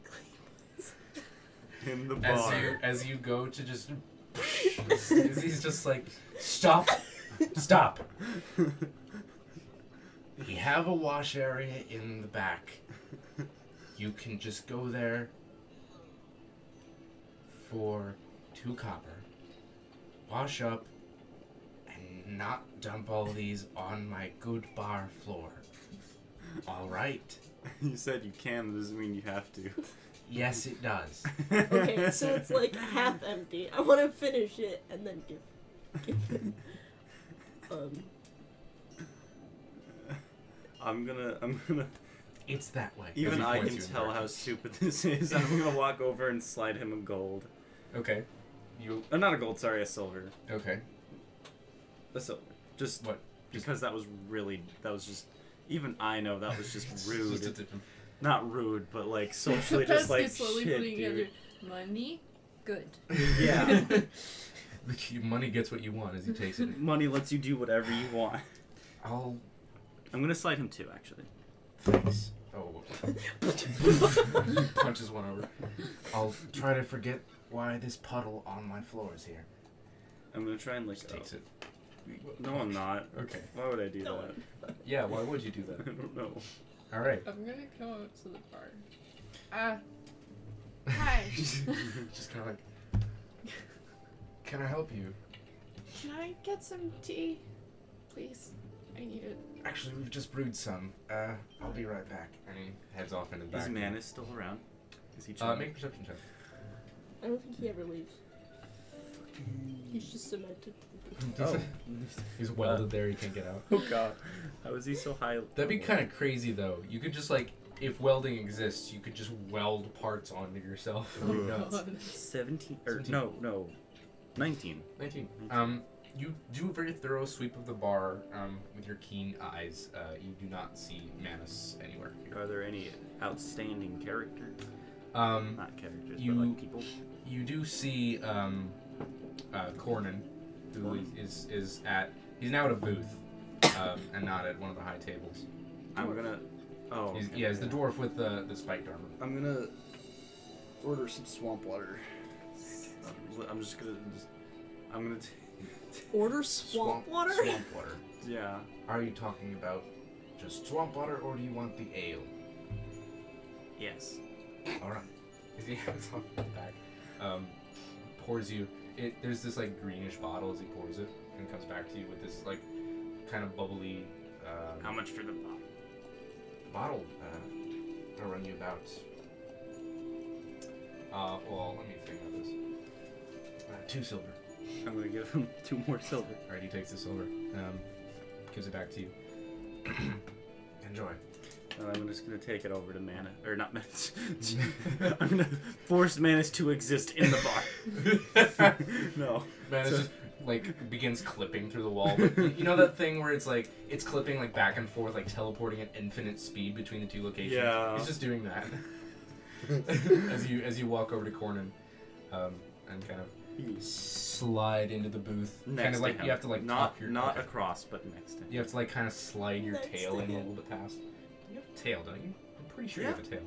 Speaker 4: clean.
Speaker 3: In the
Speaker 1: As you as you go to just, as he's just like, stop,
Speaker 7: Stop. we have a wash area in the back. You can just go there for two copper. Wash up and not dump all these on my good bar floor. All right.
Speaker 3: you said you can, that doesn't mean you have to.
Speaker 7: Yes, it does.
Speaker 4: Okay, so it's like half empty. I want to finish it and then give. give them. Um,
Speaker 3: I'm gonna I'm gonna
Speaker 7: It's that way.
Speaker 3: Even
Speaker 1: he
Speaker 3: I
Speaker 1: points
Speaker 3: can
Speaker 1: you in
Speaker 3: tell how
Speaker 1: directions.
Speaker 3: stupid this is. I'm gonna walk over and slide him a gold.
Speaker 1: Okay. You
Speaker 3: Uh, not a gold, sorry, a silver.
Speaker 1: okay?
Speaker 3: A silver. Just
Speaker 1: What?
Speaker 3: because that was really that was just even I know that was just rude.
Speaker 1: Just-
Speaker 3: not rude, but like socially just like
Speaker 5: Prescott's slowly
Speaker 3: shit,
Speaker 5: putting
Speaker 3: dude.
Speaker 5: together money, good.
Speaker 3: Yeah.
Speaker 1: The key- money gets what you want as he takes it.
Speaker 3: Money lets you do whatever you want.
Speaker 1: I'll
Speaker 3: I'm gonna slide him too, actually.
Speaker 7: Thanks.
Speaker 1: oh punches one over.
Speaker 7: I'll try to forget why this puddle on my floor is here.
Speaker 3: I'm gonna try and like uh,
Speaker 1: Just takes it.
Speaker 3: No, I'm not.
Speaker 1: Okay.
Speaker 3: Why would I do
Speaker 4: No.
Speaker 3: that?
Speaker 1: Yeah. Why would you do that?
Speaker 3: I don't know.
Speaker 1: All right.
Speaker 5: I'm gonna go out to the bar. Ah,
Speaker 6: Hi.
Speaker 1: Just kind of like. Can I help you?
Speaker 6: Can I get some tea? Please. I need it.
Speaker 7: Actually, we've just brewed some. Uh, I'll be right back.
Speaker 1: And he heads off into the back.
Speaker 3: His man is still around. Is he
Speaker 1: Uh,
Speaker 3: chilling?
Speaker 1: make a perception check.
Speaker 4: I don't think he ever leaves. He's just cemented.
Speaker 3: oh.
Speaker 1: He's welded there. He can't get out.
Speaker 3: oh god. How is he so high?
Speaker 1: That'd be kind of crazy though. You could just like, if welding exists, you could just weld parts onto yourself. It'd be
Speaker 3: Ugh.
Speaker 1: nuts.
Speaker 5: God.
Speaker 3: 17 or
Speaker 1: 17.
Speaker 3: no, no. 19.
Speaker 1: 19. Um, you do a very thorough sweep of the bar um, with your keen eyes. Uh, you do not see Manus anywhere here.
Speaker 3: Are there any outstanding characters?
Speaker 1: Um,
Speaker 3: Not characters,
Speaker 1: You-
Speaker 3: but like people.
Speaker 1: you do see um, uh, Cornan, who
Speaker 3: Cornan?
Speaker 1: is, is, is at, he's now at a booth um, and not at one of the high tables.
Speaker 3: I'm gonna. Oh.
Speaker 1: He's,
Speaker 3: okay.
Speaker 1: yeah, he's the dwarf with the, the spiked armor.
Speaker 2: I'm gonna order some swamp water.
Speaker 3: I'm just gonna. Just, I'm gonna. T-
Speaker 4: Order swamp, water?
Speaker 7: Swamp water.
Speaker 3: yeah.
Speaker 7: Are you talking about just swamp water, or do you want the ale?
Speaker 3: Yes.
Speaker 7: All right.
Speaker 1: As he hands off the back, um, pours you. It there's this like greenish bottle as he pours it and comes back to you with this like kind of bubbly
Speaker 3: How
Speaker 1: um,
Speaker 3: much for the bottle?
Speaker 7: Bottle. Uh, I'll run you about.
Speaker 1: uh well let me think about this.
Speaker 7: Uh, two silver.
Speaker 3: I'm gonna give him two more silver.
Speaker 1: Alright, he takes the silver, um, gives it back to you.
Speaker 7: Enjoy.
Speaker 3: And I'm just gonna take it over to Mana, or not Manus. I'm gonna force Manus to exist in the bar. no.
Speaker 1: Man, it's
Speaker 3: So-
Speaker 1: just like begins clipping through the wall. But y- you know that thing where it's like it's clipping like back and forth, like teleporting at infinite speed between the two locations.
Speaker 3: Yeah.
Speaker 1: he's just doing that. as you as you walk over to Cornan, um, and kind of slide into the booth. kind
Speaker 3: Next
Speaker 1: of
Speaker 3: to
Speaker 1: like
Speaker 3: him.
Speaker 1: you have to like
Speaker 3: not
Speaker 1: tuck your
Speaker 3: not
Speaker 1: okay.
Speaker 3: across, but next to him.
Speaker 1: you have to like kind of slide your
Speaker 4: Next
Speaker 1: tail
Speaker 4: to
Speaker 1: in a
Speaker 4: him.
Speaker 1: little bit past. You have a tail, don't you? I'm pretty sure you have a tail.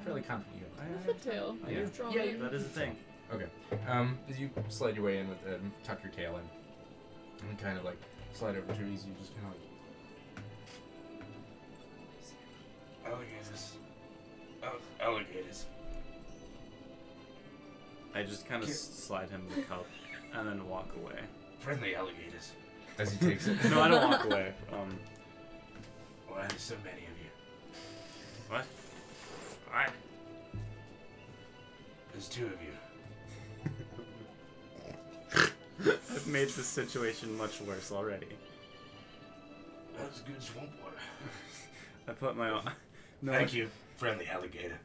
Speaker 1: I'm fairly confident you have.
Speaker 5: That's a tail.
Speaker 1: Yeah.
Speaker 5: You've drawn
Speaker 1: Yeah,
Speaker 5: it.
Speaker 3: That is a thing.
Speaker 1: A tail. Um, as you slide your way in with um, tuck your tail in, and kind of like slide over to easy, you just kind of like
Speaker 7: Alligators. Al- alligators.
Speaker 3: I just kind of
Speaker 7: Here.
Speaker 3: slide him the cup and then walk away.
Speaker 7: Friendly alligators.
Speaker 1: as he takes it.
Speaker 3: No, I don't walk away. Um,
Speaker 7: Why there's so many of you?
Speaker 3: What?
Speaker 7: What? There's two of you.
Speaker 3: I've made this situation much worse already.
Speaker 7: That's good swamp water.
Speaker 3: I put my ar- no,
Speaker 7: Thank you, friendly alligator.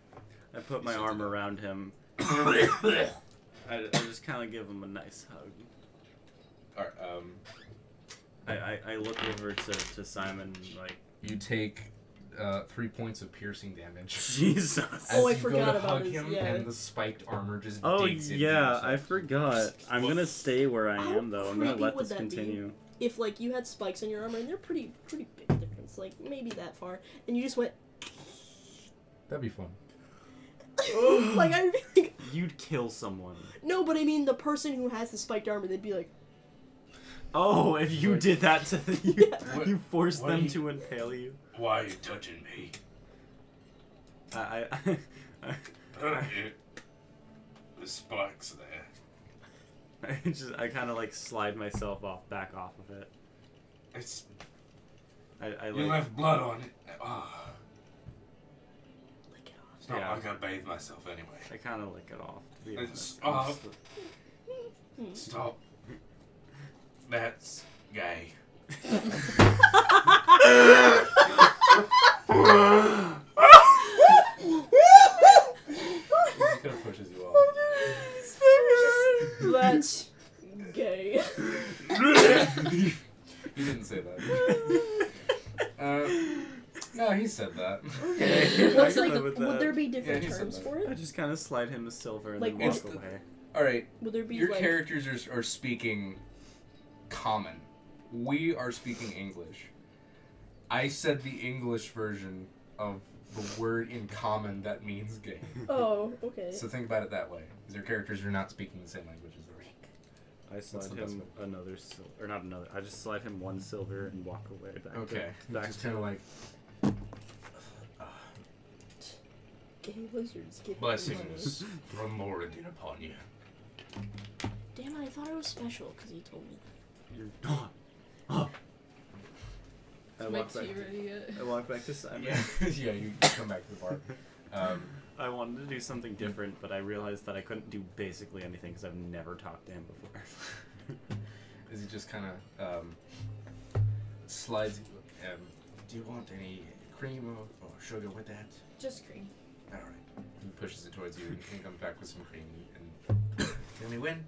Speaker 3: I put my arm around him. I, I just kind of give him a nice hug.
Speaker 1: Alright, um,
Speaker 3: I, I, I look over to, to Simon like
Speaker 1: you take uh, three points of piercing damage.
Speaker 3: Jesus.
Speaker 4: Oh, I
Speaker 1: As you go
Speaker 4: forgot
Speaker 1: to
Speaker 4: about
Speaker 1: hug
Speaker 4: his-
Speaker 1: him,
Speaker 4: yeah.
Speaker 1: and the spiked armor just
Speaker 3: Oh
Speaker 1: digs into
Speaker 3: yeah,
Speaker 1: yourself.
Speaker 3: I forgot. I'm gonna stay where I
Speaker 4: How
Speaker 3: am though. I'm gonna
Speaker 4: creepy
Speaker 3: let
Speaker 4: would
Speaker 3: this
Speaker 4: that be?
Speaker 3: continue.
Speaker 4: If like you had spikes on your armor and they're pretty pretty big difference, like maybe that far, and you just went
Speaker 1: That'd be fun.
Speaker 4: like I think
Speaker 3: You'd kill someone.
Speaker 4: no, but I mean the person who has the spiked armor, they'd be like,
Speaker 3: Oh, if you
Speaker 1: Right.
Speaker 3: did that to the, you,
Speaker 7: What-
Speaker 3: you forced
Speaker 7: what
Speaker 3: them
Speaker 7: you-
Speaker 3: to impale you.
Speaker 7: Why are you touching me?
Speaker 3: I, I, I,
Speaker 7: the spikes there.
Speaker 3: I just I kind of like slide myself off back off of it.
Speaker 7: It's
Speaker 3: I, I
Speaker 7: you
Speaker 3: like
Speaker 7: left blood on it. Oh,
Speaker 4: lick it
Speaker 7: it's not
Speaker 3: Yeah.
Speaker 7: like I bathe myself anyway.
Speaker 3: I kind of lick it off. To be
Speaker 7: It's
Speaker 3: honest. I'm
Speaker 7: off.
Speaker 3: just-
Speaker 7: Stop. That's gay.
Speaker 4: off. Hmm.
Speaker 1: Uh, no, he said that.
Speaker 3: Okay.
Speaker 4: What's
Speaker 3: I
Speaker 4: like?
Speaker 3: can live with
Speaker 4: Would
Speaker 3: that.
Speaker 4: there be
Speaker 1: Yeah,
Speaker 4: different
Speaker 1: he said
Speaker 4: terms
Speaker 1: that.
Speaker 4: for
Speaker 3: I
Speaker 4: it?
Speaker 3: just kind of slide him a silver and
Speaker 4: Like,
Speaker 3: then
Speaker 1: what's
Speaker 3: walk
Speaker 1: the-
Speaker 3: away.
Speaker 1: All right.
Speaker 4: Would there be
Speaker 1: Your
Speaker 4: like?
Speaker 1: characters are, are speaking common. We are speaking English. I said the English version of the word in common that means gay.
Speaker 4: Oh, okay.
Speaker 1: So think about it that way. Because your characters are not speaking the same language as yours.
Speaker 3: I slide
Speaker 1: the best
Speaker 3: him another sil- or not another. I just slide him one silver and walk away back. to-
Speaker 1: Okay.
Speaker 3: back
Speaker 1: Just
Speaker 3: to
Speaker 1: kind of like
Speaker 4: Gay wizards give me
Speaker 7: Blessings from Moradin upon you.
Speaker 6: Damn it, I thought it was special because he told me.
Speaker 3: you're gone.
Speaker 2: I
Speaker 5: Is my
Speaker 2: walk back.
Speaker 5: tea ready yet?
Speaker 2: I walk back to Simon.
Speaker 1: yeah, yeah. You come back to the bar. Um,
Speaker 3: I wanted to do something different, but I realized that I couldn't do basically anything because I've never talked to him before.
Speaker 1: is he just kind of um, slides? Um, Do you want any cream or, or sugar with that?
Speaker 6: Just cream.
Speaker 1: All right. He pushes it towards you and, and comes back with some cream. And tell me when.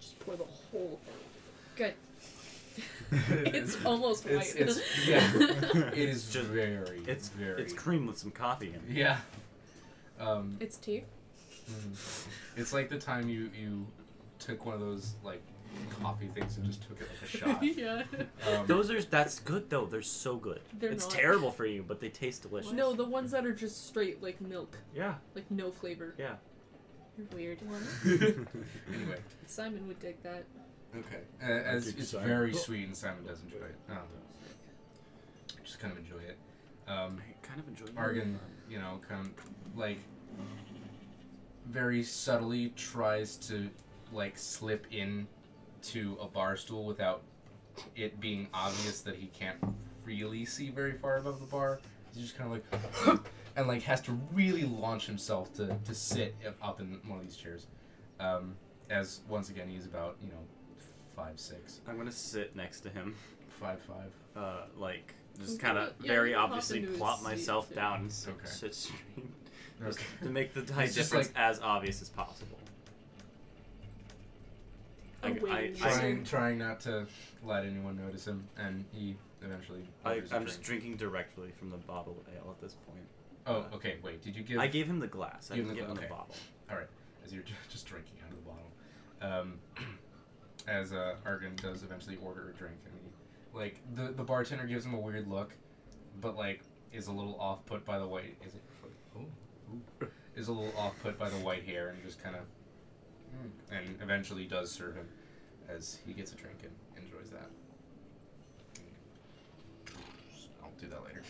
Speaker 4: Just pour the whole thing.
Speaker 5: Good. It's almost white.
Speaker 1: it's, it's yeah. It is
Speaker 3: Just-
Speaker 1: very.
Speaker 3: it's
Speaker 1: very.
Speaker 3: it's cream with some coffee in it.
Speaker 1: yeah. Um,
Speaker 5: It's tea.
Speaker 1: mm. it's like the time you you took one of those like coffee things and just took it like a shot.
Speaker 5: yeah.
Speaker 1: Um,
Speaker 3: Those are that's good though. They're so good.
Speaker 5: They're
Speaker 3: it's
Speaker 5: not.
Speaker 3: terrible for you, but they taste delicious.
Speaker 5: No, the ones that are just straight like milk,
Speaker 3: Yeah.
Speaker 5: like no flavor.
Speaker 3: Yeah.
Speaker 5: You're weird.
Speaker 1: anyway,
Speaker 5: Simon would dig that.
Speaker 1: okay. Uh, as
Speaker 2: Thank you,
Speaker 1: it's
Speaker 2: Simon.
Speaker 1: very sweet and Simon does enjoy it. Um, just kind of enjoy it. Um,
Speaker 3: I kind of enjoy.
Speaker 1: Argan, you know, kind of like very subtly tries to like slip in to a bar stool without it being obvious that he can't really see very far above the bar. He's just kind of like and like has to really launch himself to to sit up in one of these chairs. Um, as once again he's about you know five six
Speaker 3: I'm gonna sit next to him,
Speaker 1: five five.
Speaker 3: uh, like just
Speaker 5: Okay,
Speaker 3: kind of
Speaker 5: yeah,
Speaker 3: very
Speaker 5: you can hop
Speaker 3: obviously
Speaker 5: into his
Speaker 3: plot
Speaker 5: seat,
Speaker 3: myself
Speaker 5: yeah.
Speaker 3: down and sit,
Speaker 1: Okay.
Speaker 3: sit straight
Speaker 1: Okay.
Speaker 3: to make the height
Speaker 1: It's just
Speaker 3: difference
Speaker 1: like-
Speaker 3: as obvious as possible. I,
Speaker 4: Oh, wait,
Speaker 3: I, I,
Speaker 1: Trying trying not to let anyone notice him, and he eventually.
Speaker 3: I,
Speaker 1: orders a
Speaker 3: I'm
Speaker 1: drink.
Speaker 3: just drinking directly from the bottle of ale at this point.
Speaker 1: Oh, okay. Wait, did you give?
Speaker 3: I gave him the glass. I
Speaker 1: Give
Speaker 3: didn't
Speaker 1: him the
Speaker 3: give him
Speaker 1: gla-
Speaker 3: the bottle.
Speaker 1: as you're ju- just drinking out of the bottle. Um, as uh, Argon does eventually order a drink, and he, like the the bartender gives him a weird look, but like is a little off put by the white. Is it? ooh, ooh, Is a little off put by the white hair, and just kind of, and eventually does serve him, as he gets a drink and enjoys that. I'll do that later.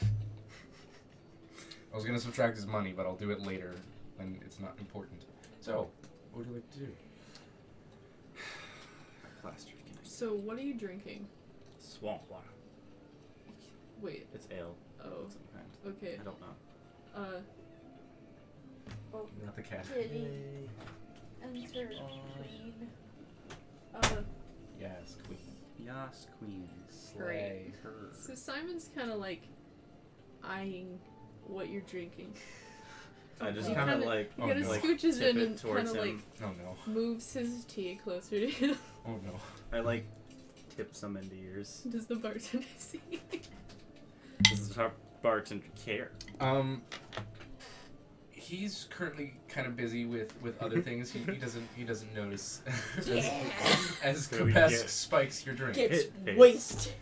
Speaker 1: I was gonna subtract his money, but I'll do it later when it's not important. So, what would you like to do?
Speaker 3: Plastered can
Speaker 5: So what are you drinking?
Speaker 3: I- Swamp water.
Speaker 5: Wait.
Speaker 3: It's ale.
Speaker 5: Oh.
Speaker 3: of some kind.
Speaker 5: Okay.
Speaker 3: I don't know.
Speaker 5: Uh.
Speaker 1: Not the cat.
Speaker 6: Kitty. Enter queen.
Speaker 5: Uh.
Speaker 1: Yes, queen.
Speaker 3: Yas queen.
Speaker 5: Slay
Speaker 3: Her.
Speaker 5: So Simon's kind of like eyeing what you're drinking.
Speaker 3: I just
Speaker 5: He
Speaker 3: kind of
Speaker 5: kinda-
Speaker 3: like.
Speaker 5: He
Speaker 1: Oh,
Speaker 5: kind of
Speaker 1: no. Like,
Speaker 5: scooches
Speaker 3: tip it
Speaker 5: in and kind
Speaker 3: towards
Speaker 5: of like
Speaker 3: him.
Speaker 1: Oh no.
Speaker 5: moves his tea closer to you.
Speaker 1: Oh no.
Speaker 3: I like tip some into yours.
Speaker 5: Does the bartender see?
Speaker 3: Does the bar- bartender care?
Speaker 1: Um, he's currently kind of busy with with other things. He, he doesn't he doesn't notice as, as
Speaker 3: So we
Speaker 1: Kapesk
Speaker 3: get-
Speaker 1: spikes your drink.
Speaker 4: Gets
Speaker 3: It is.
Speaker 4: wasted.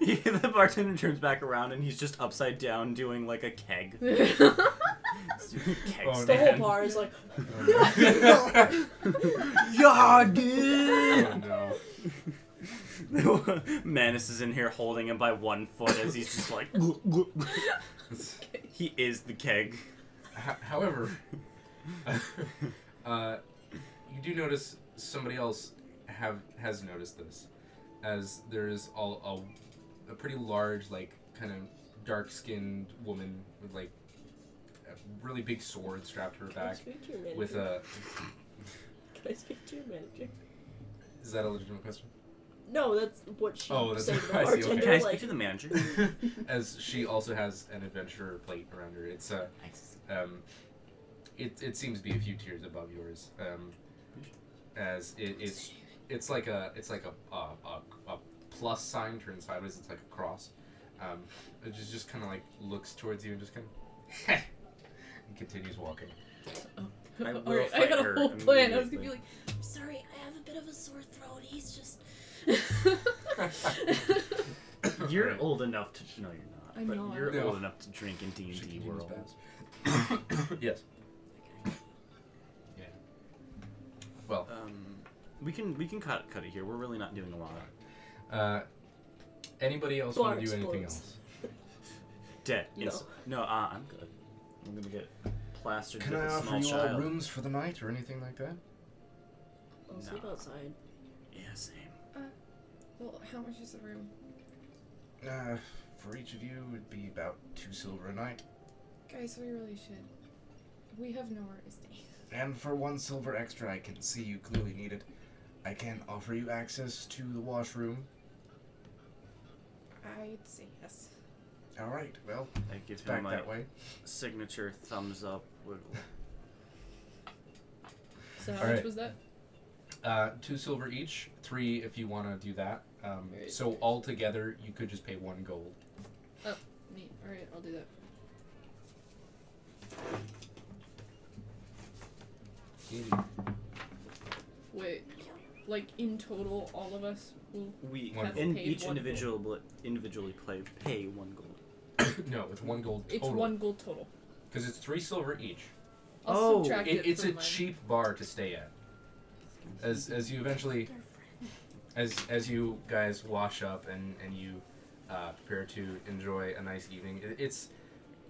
Speaker 3: the bartender turns back around and he's just upside down doing like a keg. He's doing a keg
Speaker 1: Oh,
Speaker 3: stand.
Speaker 4: The whole
Speaker 1: Man.
Speaker 4: bar is like,
Speaker 1: oh
Speaker 3: Yeah, dude.
Speaker 1: no.
Speaker 3: Manus is in here holding him by one foot as he's just like. he is the keg.
Speaker 1: Ho- however, uh, you do notice somebody else have has noticed this, as there is all a, a pretty large, like kind of dark-skinned woman with like a really big sword strapped to her
Speaker 4: can I
Speaker 1: back.
Speaker 4: speak to your manager?
Speaker 1: With a
Speaker 4: Can I speak to your manager?
Speaker 1: is that a legitimate question?
Speaker 4: No, that's what she
Speaker 1: Oh, that's
Speaker 4: said. to
Speaker 1: what I see, okay.
Speaker 4: the bartender,
Speaker 3: Can I
Speaker 4: like,
Speaker 3: speak to the manager?
Speaker 1: as she also has an adventurer plate around her. It's a um, it, it seems to be a few tiers above yours. Um, as it, it's it's like a it's like a a, a, a plus sign turned sideways. It's like a cross. Um, it just, just kind of like looks towards you and just kind of and continues walking.
Speaker 2: I will
Speaker 5: Alright, I
Speaker 2: fight
Speaker 5: got a
Speaker 2: her
Speaker 5: whole plan. I was gonna be
Speaker 2: immediately.
Speaker 5: like,
Speaker 6: I'm sorry, I have a bit of a sore throat. He's just.
Speaker 3: You're
Speaker 1: Alright.
Speaker 3: old enough to. No, you're not.
Speaker 5: I'm
Speaker 3: but
Speaker 5: not.
Speaker 3: you're
Speaker 1: No.
Speaker 3: old enough to drink in D
Speaker 1: She
Speaker 3: and D
Speaker 1: continues
Speaker 3: world.
Speaker 1: past. yes. Yeah. Well,
Speaker 2: Um,
Speaker 3: We can we can cut cut it here. We're really not doing a lot.
Speaker 1: uh, anybody else want to
Speaker 4: Bar
Speaker 1: do anything
Speaker 4: explodes.
Speaker 1: else?
Speaker 3: Dead.
Speaker 4: No.
Speaker 3: Yes. No. Uh, I'm good. I'm gonna get plastered
Speaker 7: Can
Speaker 3: with
Speaker 7: I
Speaker 3: a
Speaker 7: offer
Speaker 3: small
Speaker 7: you all
Speaker 3: child.
Speaker 7: rooms for the night or anything like that?
Speaker 4: I'll sleep
Speaker 3: No.
Speaker 4: outside.
Speaker 3: Yeah, same.
Speaker 5: well, how much is the room?
Speaker 7: Uh, for each of you, it'd be about two silver a night,
Speaker 5: Guys, we really should. We have nowhere to stay.
Speaker 7: and for one silver extra, I can see you clearly need it. I can offer you access to the washroom.
Speaker 5: I'd say yes.
Speaker 7: All right, well,
Speaker 3: I give him
Speaker 7: back
Speaker 3: my
Speaker 7: that way.
Speaker 3: signature thumbs up wiggle.
Speaker 5: So how
Speaker 1: All
Speaker 5: much
Speaker 1: right.
Speaker 5: was that?
Speaker 1: Uh, two silver each, three if you want to do that. Um,
Speaker 5: Right.
Speaker 1: so altogether, you could just pay one gold.
Speaker 5: Me. All right, I'll do that. Wait, like in total, all of us will.
Speaker 3: We
Speaker 1: One
Speaker 3: and
Speaker 5: gold.
Speaker 3: each
Speaker 5: Paid one
Speaker 3: individual bl- individually play pay one gold.
Speaker 1: no, it's one gold
Speaker 5: It's
Speaker 1: total.
Speaker 5: one gold total.
Speaker 1: Because it's three silver each.
Speaker 5: I'll
Speaker 3: Oh,
Speaker 5: subtract
Speaker 1: It,
Speaker 5: it.
Speaker 1: it's
Speaker 5: from
Speaker 1: a
Speaker 5: mine.
Speaker 1: cheap bar to stay at. As as you eventually, as as you guys wash up and and you uh, prepare to enjoy a nice evening, it, it's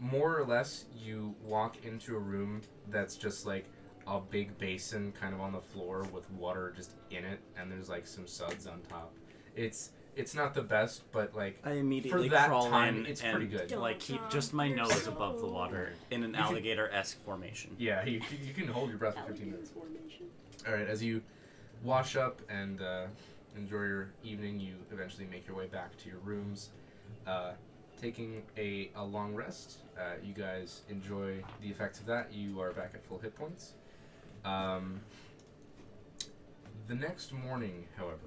Speaker 1: more or less you walk into a room that's just like a big basin kind of on the floor with water just in it, and there's like some suds on top. It's it's not the best, but like
Speaker 3: I immediately
Speaker 1: that
Speaker 3: crawl
Speaker 1: time,
Speaker 3: in
Speaker 1: it's
Speaker 3: and
Speaker 1: pretty good.
Speaker 4: Don't
Speaker 3: like keep
Speaker 4: drown
Speaker 3: just my nose
Speaker 4: yourself.
Speaker 3: above the water in an
Speaker 1: You can-
Speaker 3: alligator esque formation.
Speaker 1: yeah, you, you can hold your breath for 15 minutes.
Speaker 4: Alligator formation.
Speaker 1: All right, as you wash up and uh, enjoy your evening, you eventually make your way back to your rooms. Uh, taking a, a long rest, uh, you guys enjoy the effects of that. You are back at full hit points. Um, the next morning, however,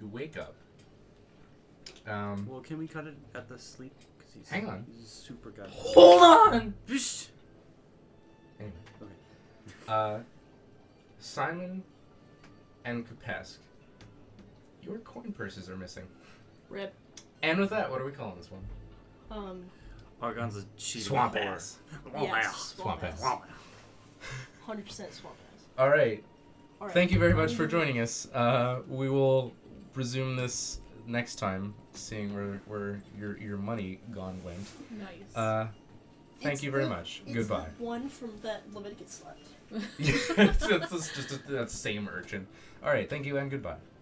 Speaker 1: you wake up. Um,
Speaker 3: Well, can we cut it at the sleep? Because he's
Speaker 1: Hang on.
Speaker 3: he's super good.
Speaker 1: Hold on. Anyway,
Speaker 3: Okay.
Speaker 1: Uh, Simon and Kapesk, your coin purses are missing.
Speaker 4: Rip.
Speaker 1: And with that, what are we calling this one?
Speaker 4: Um.
Speaker 3: Argon's a cheating
Speaker 7: Swamp
Speaker 3: whore.
Speaker 7: ass.
Speaker 3: Swamp
Speaker 4: yes,
Speaker 3: ass.
Speaker 4: Swamp
Speaker 1: Oh, Swamp
Speaker 4: ass.
Speaker 3: Swamp ass.
Speaker 4: Hundred percent swamp ass.
Speaker 1: All right.
Speaker 4: All right.
Speaker 1: Thank you very much for joining us. Uh, we will resume this next time, seeing where where your your money gone went.
Speaker 5: Nice.
Speaker 1: Uh, thank
Speaker 4: It's
Speaker 1: you very
Speaker 4: the-
Speaker 1: much.
Speaker 4: it's
Speaker 1: Goodbye.
Speaker 4: The one from that Leviticus left.
Speaker 1: it's, it's just that same urchin. All right. Thank you and goodbye.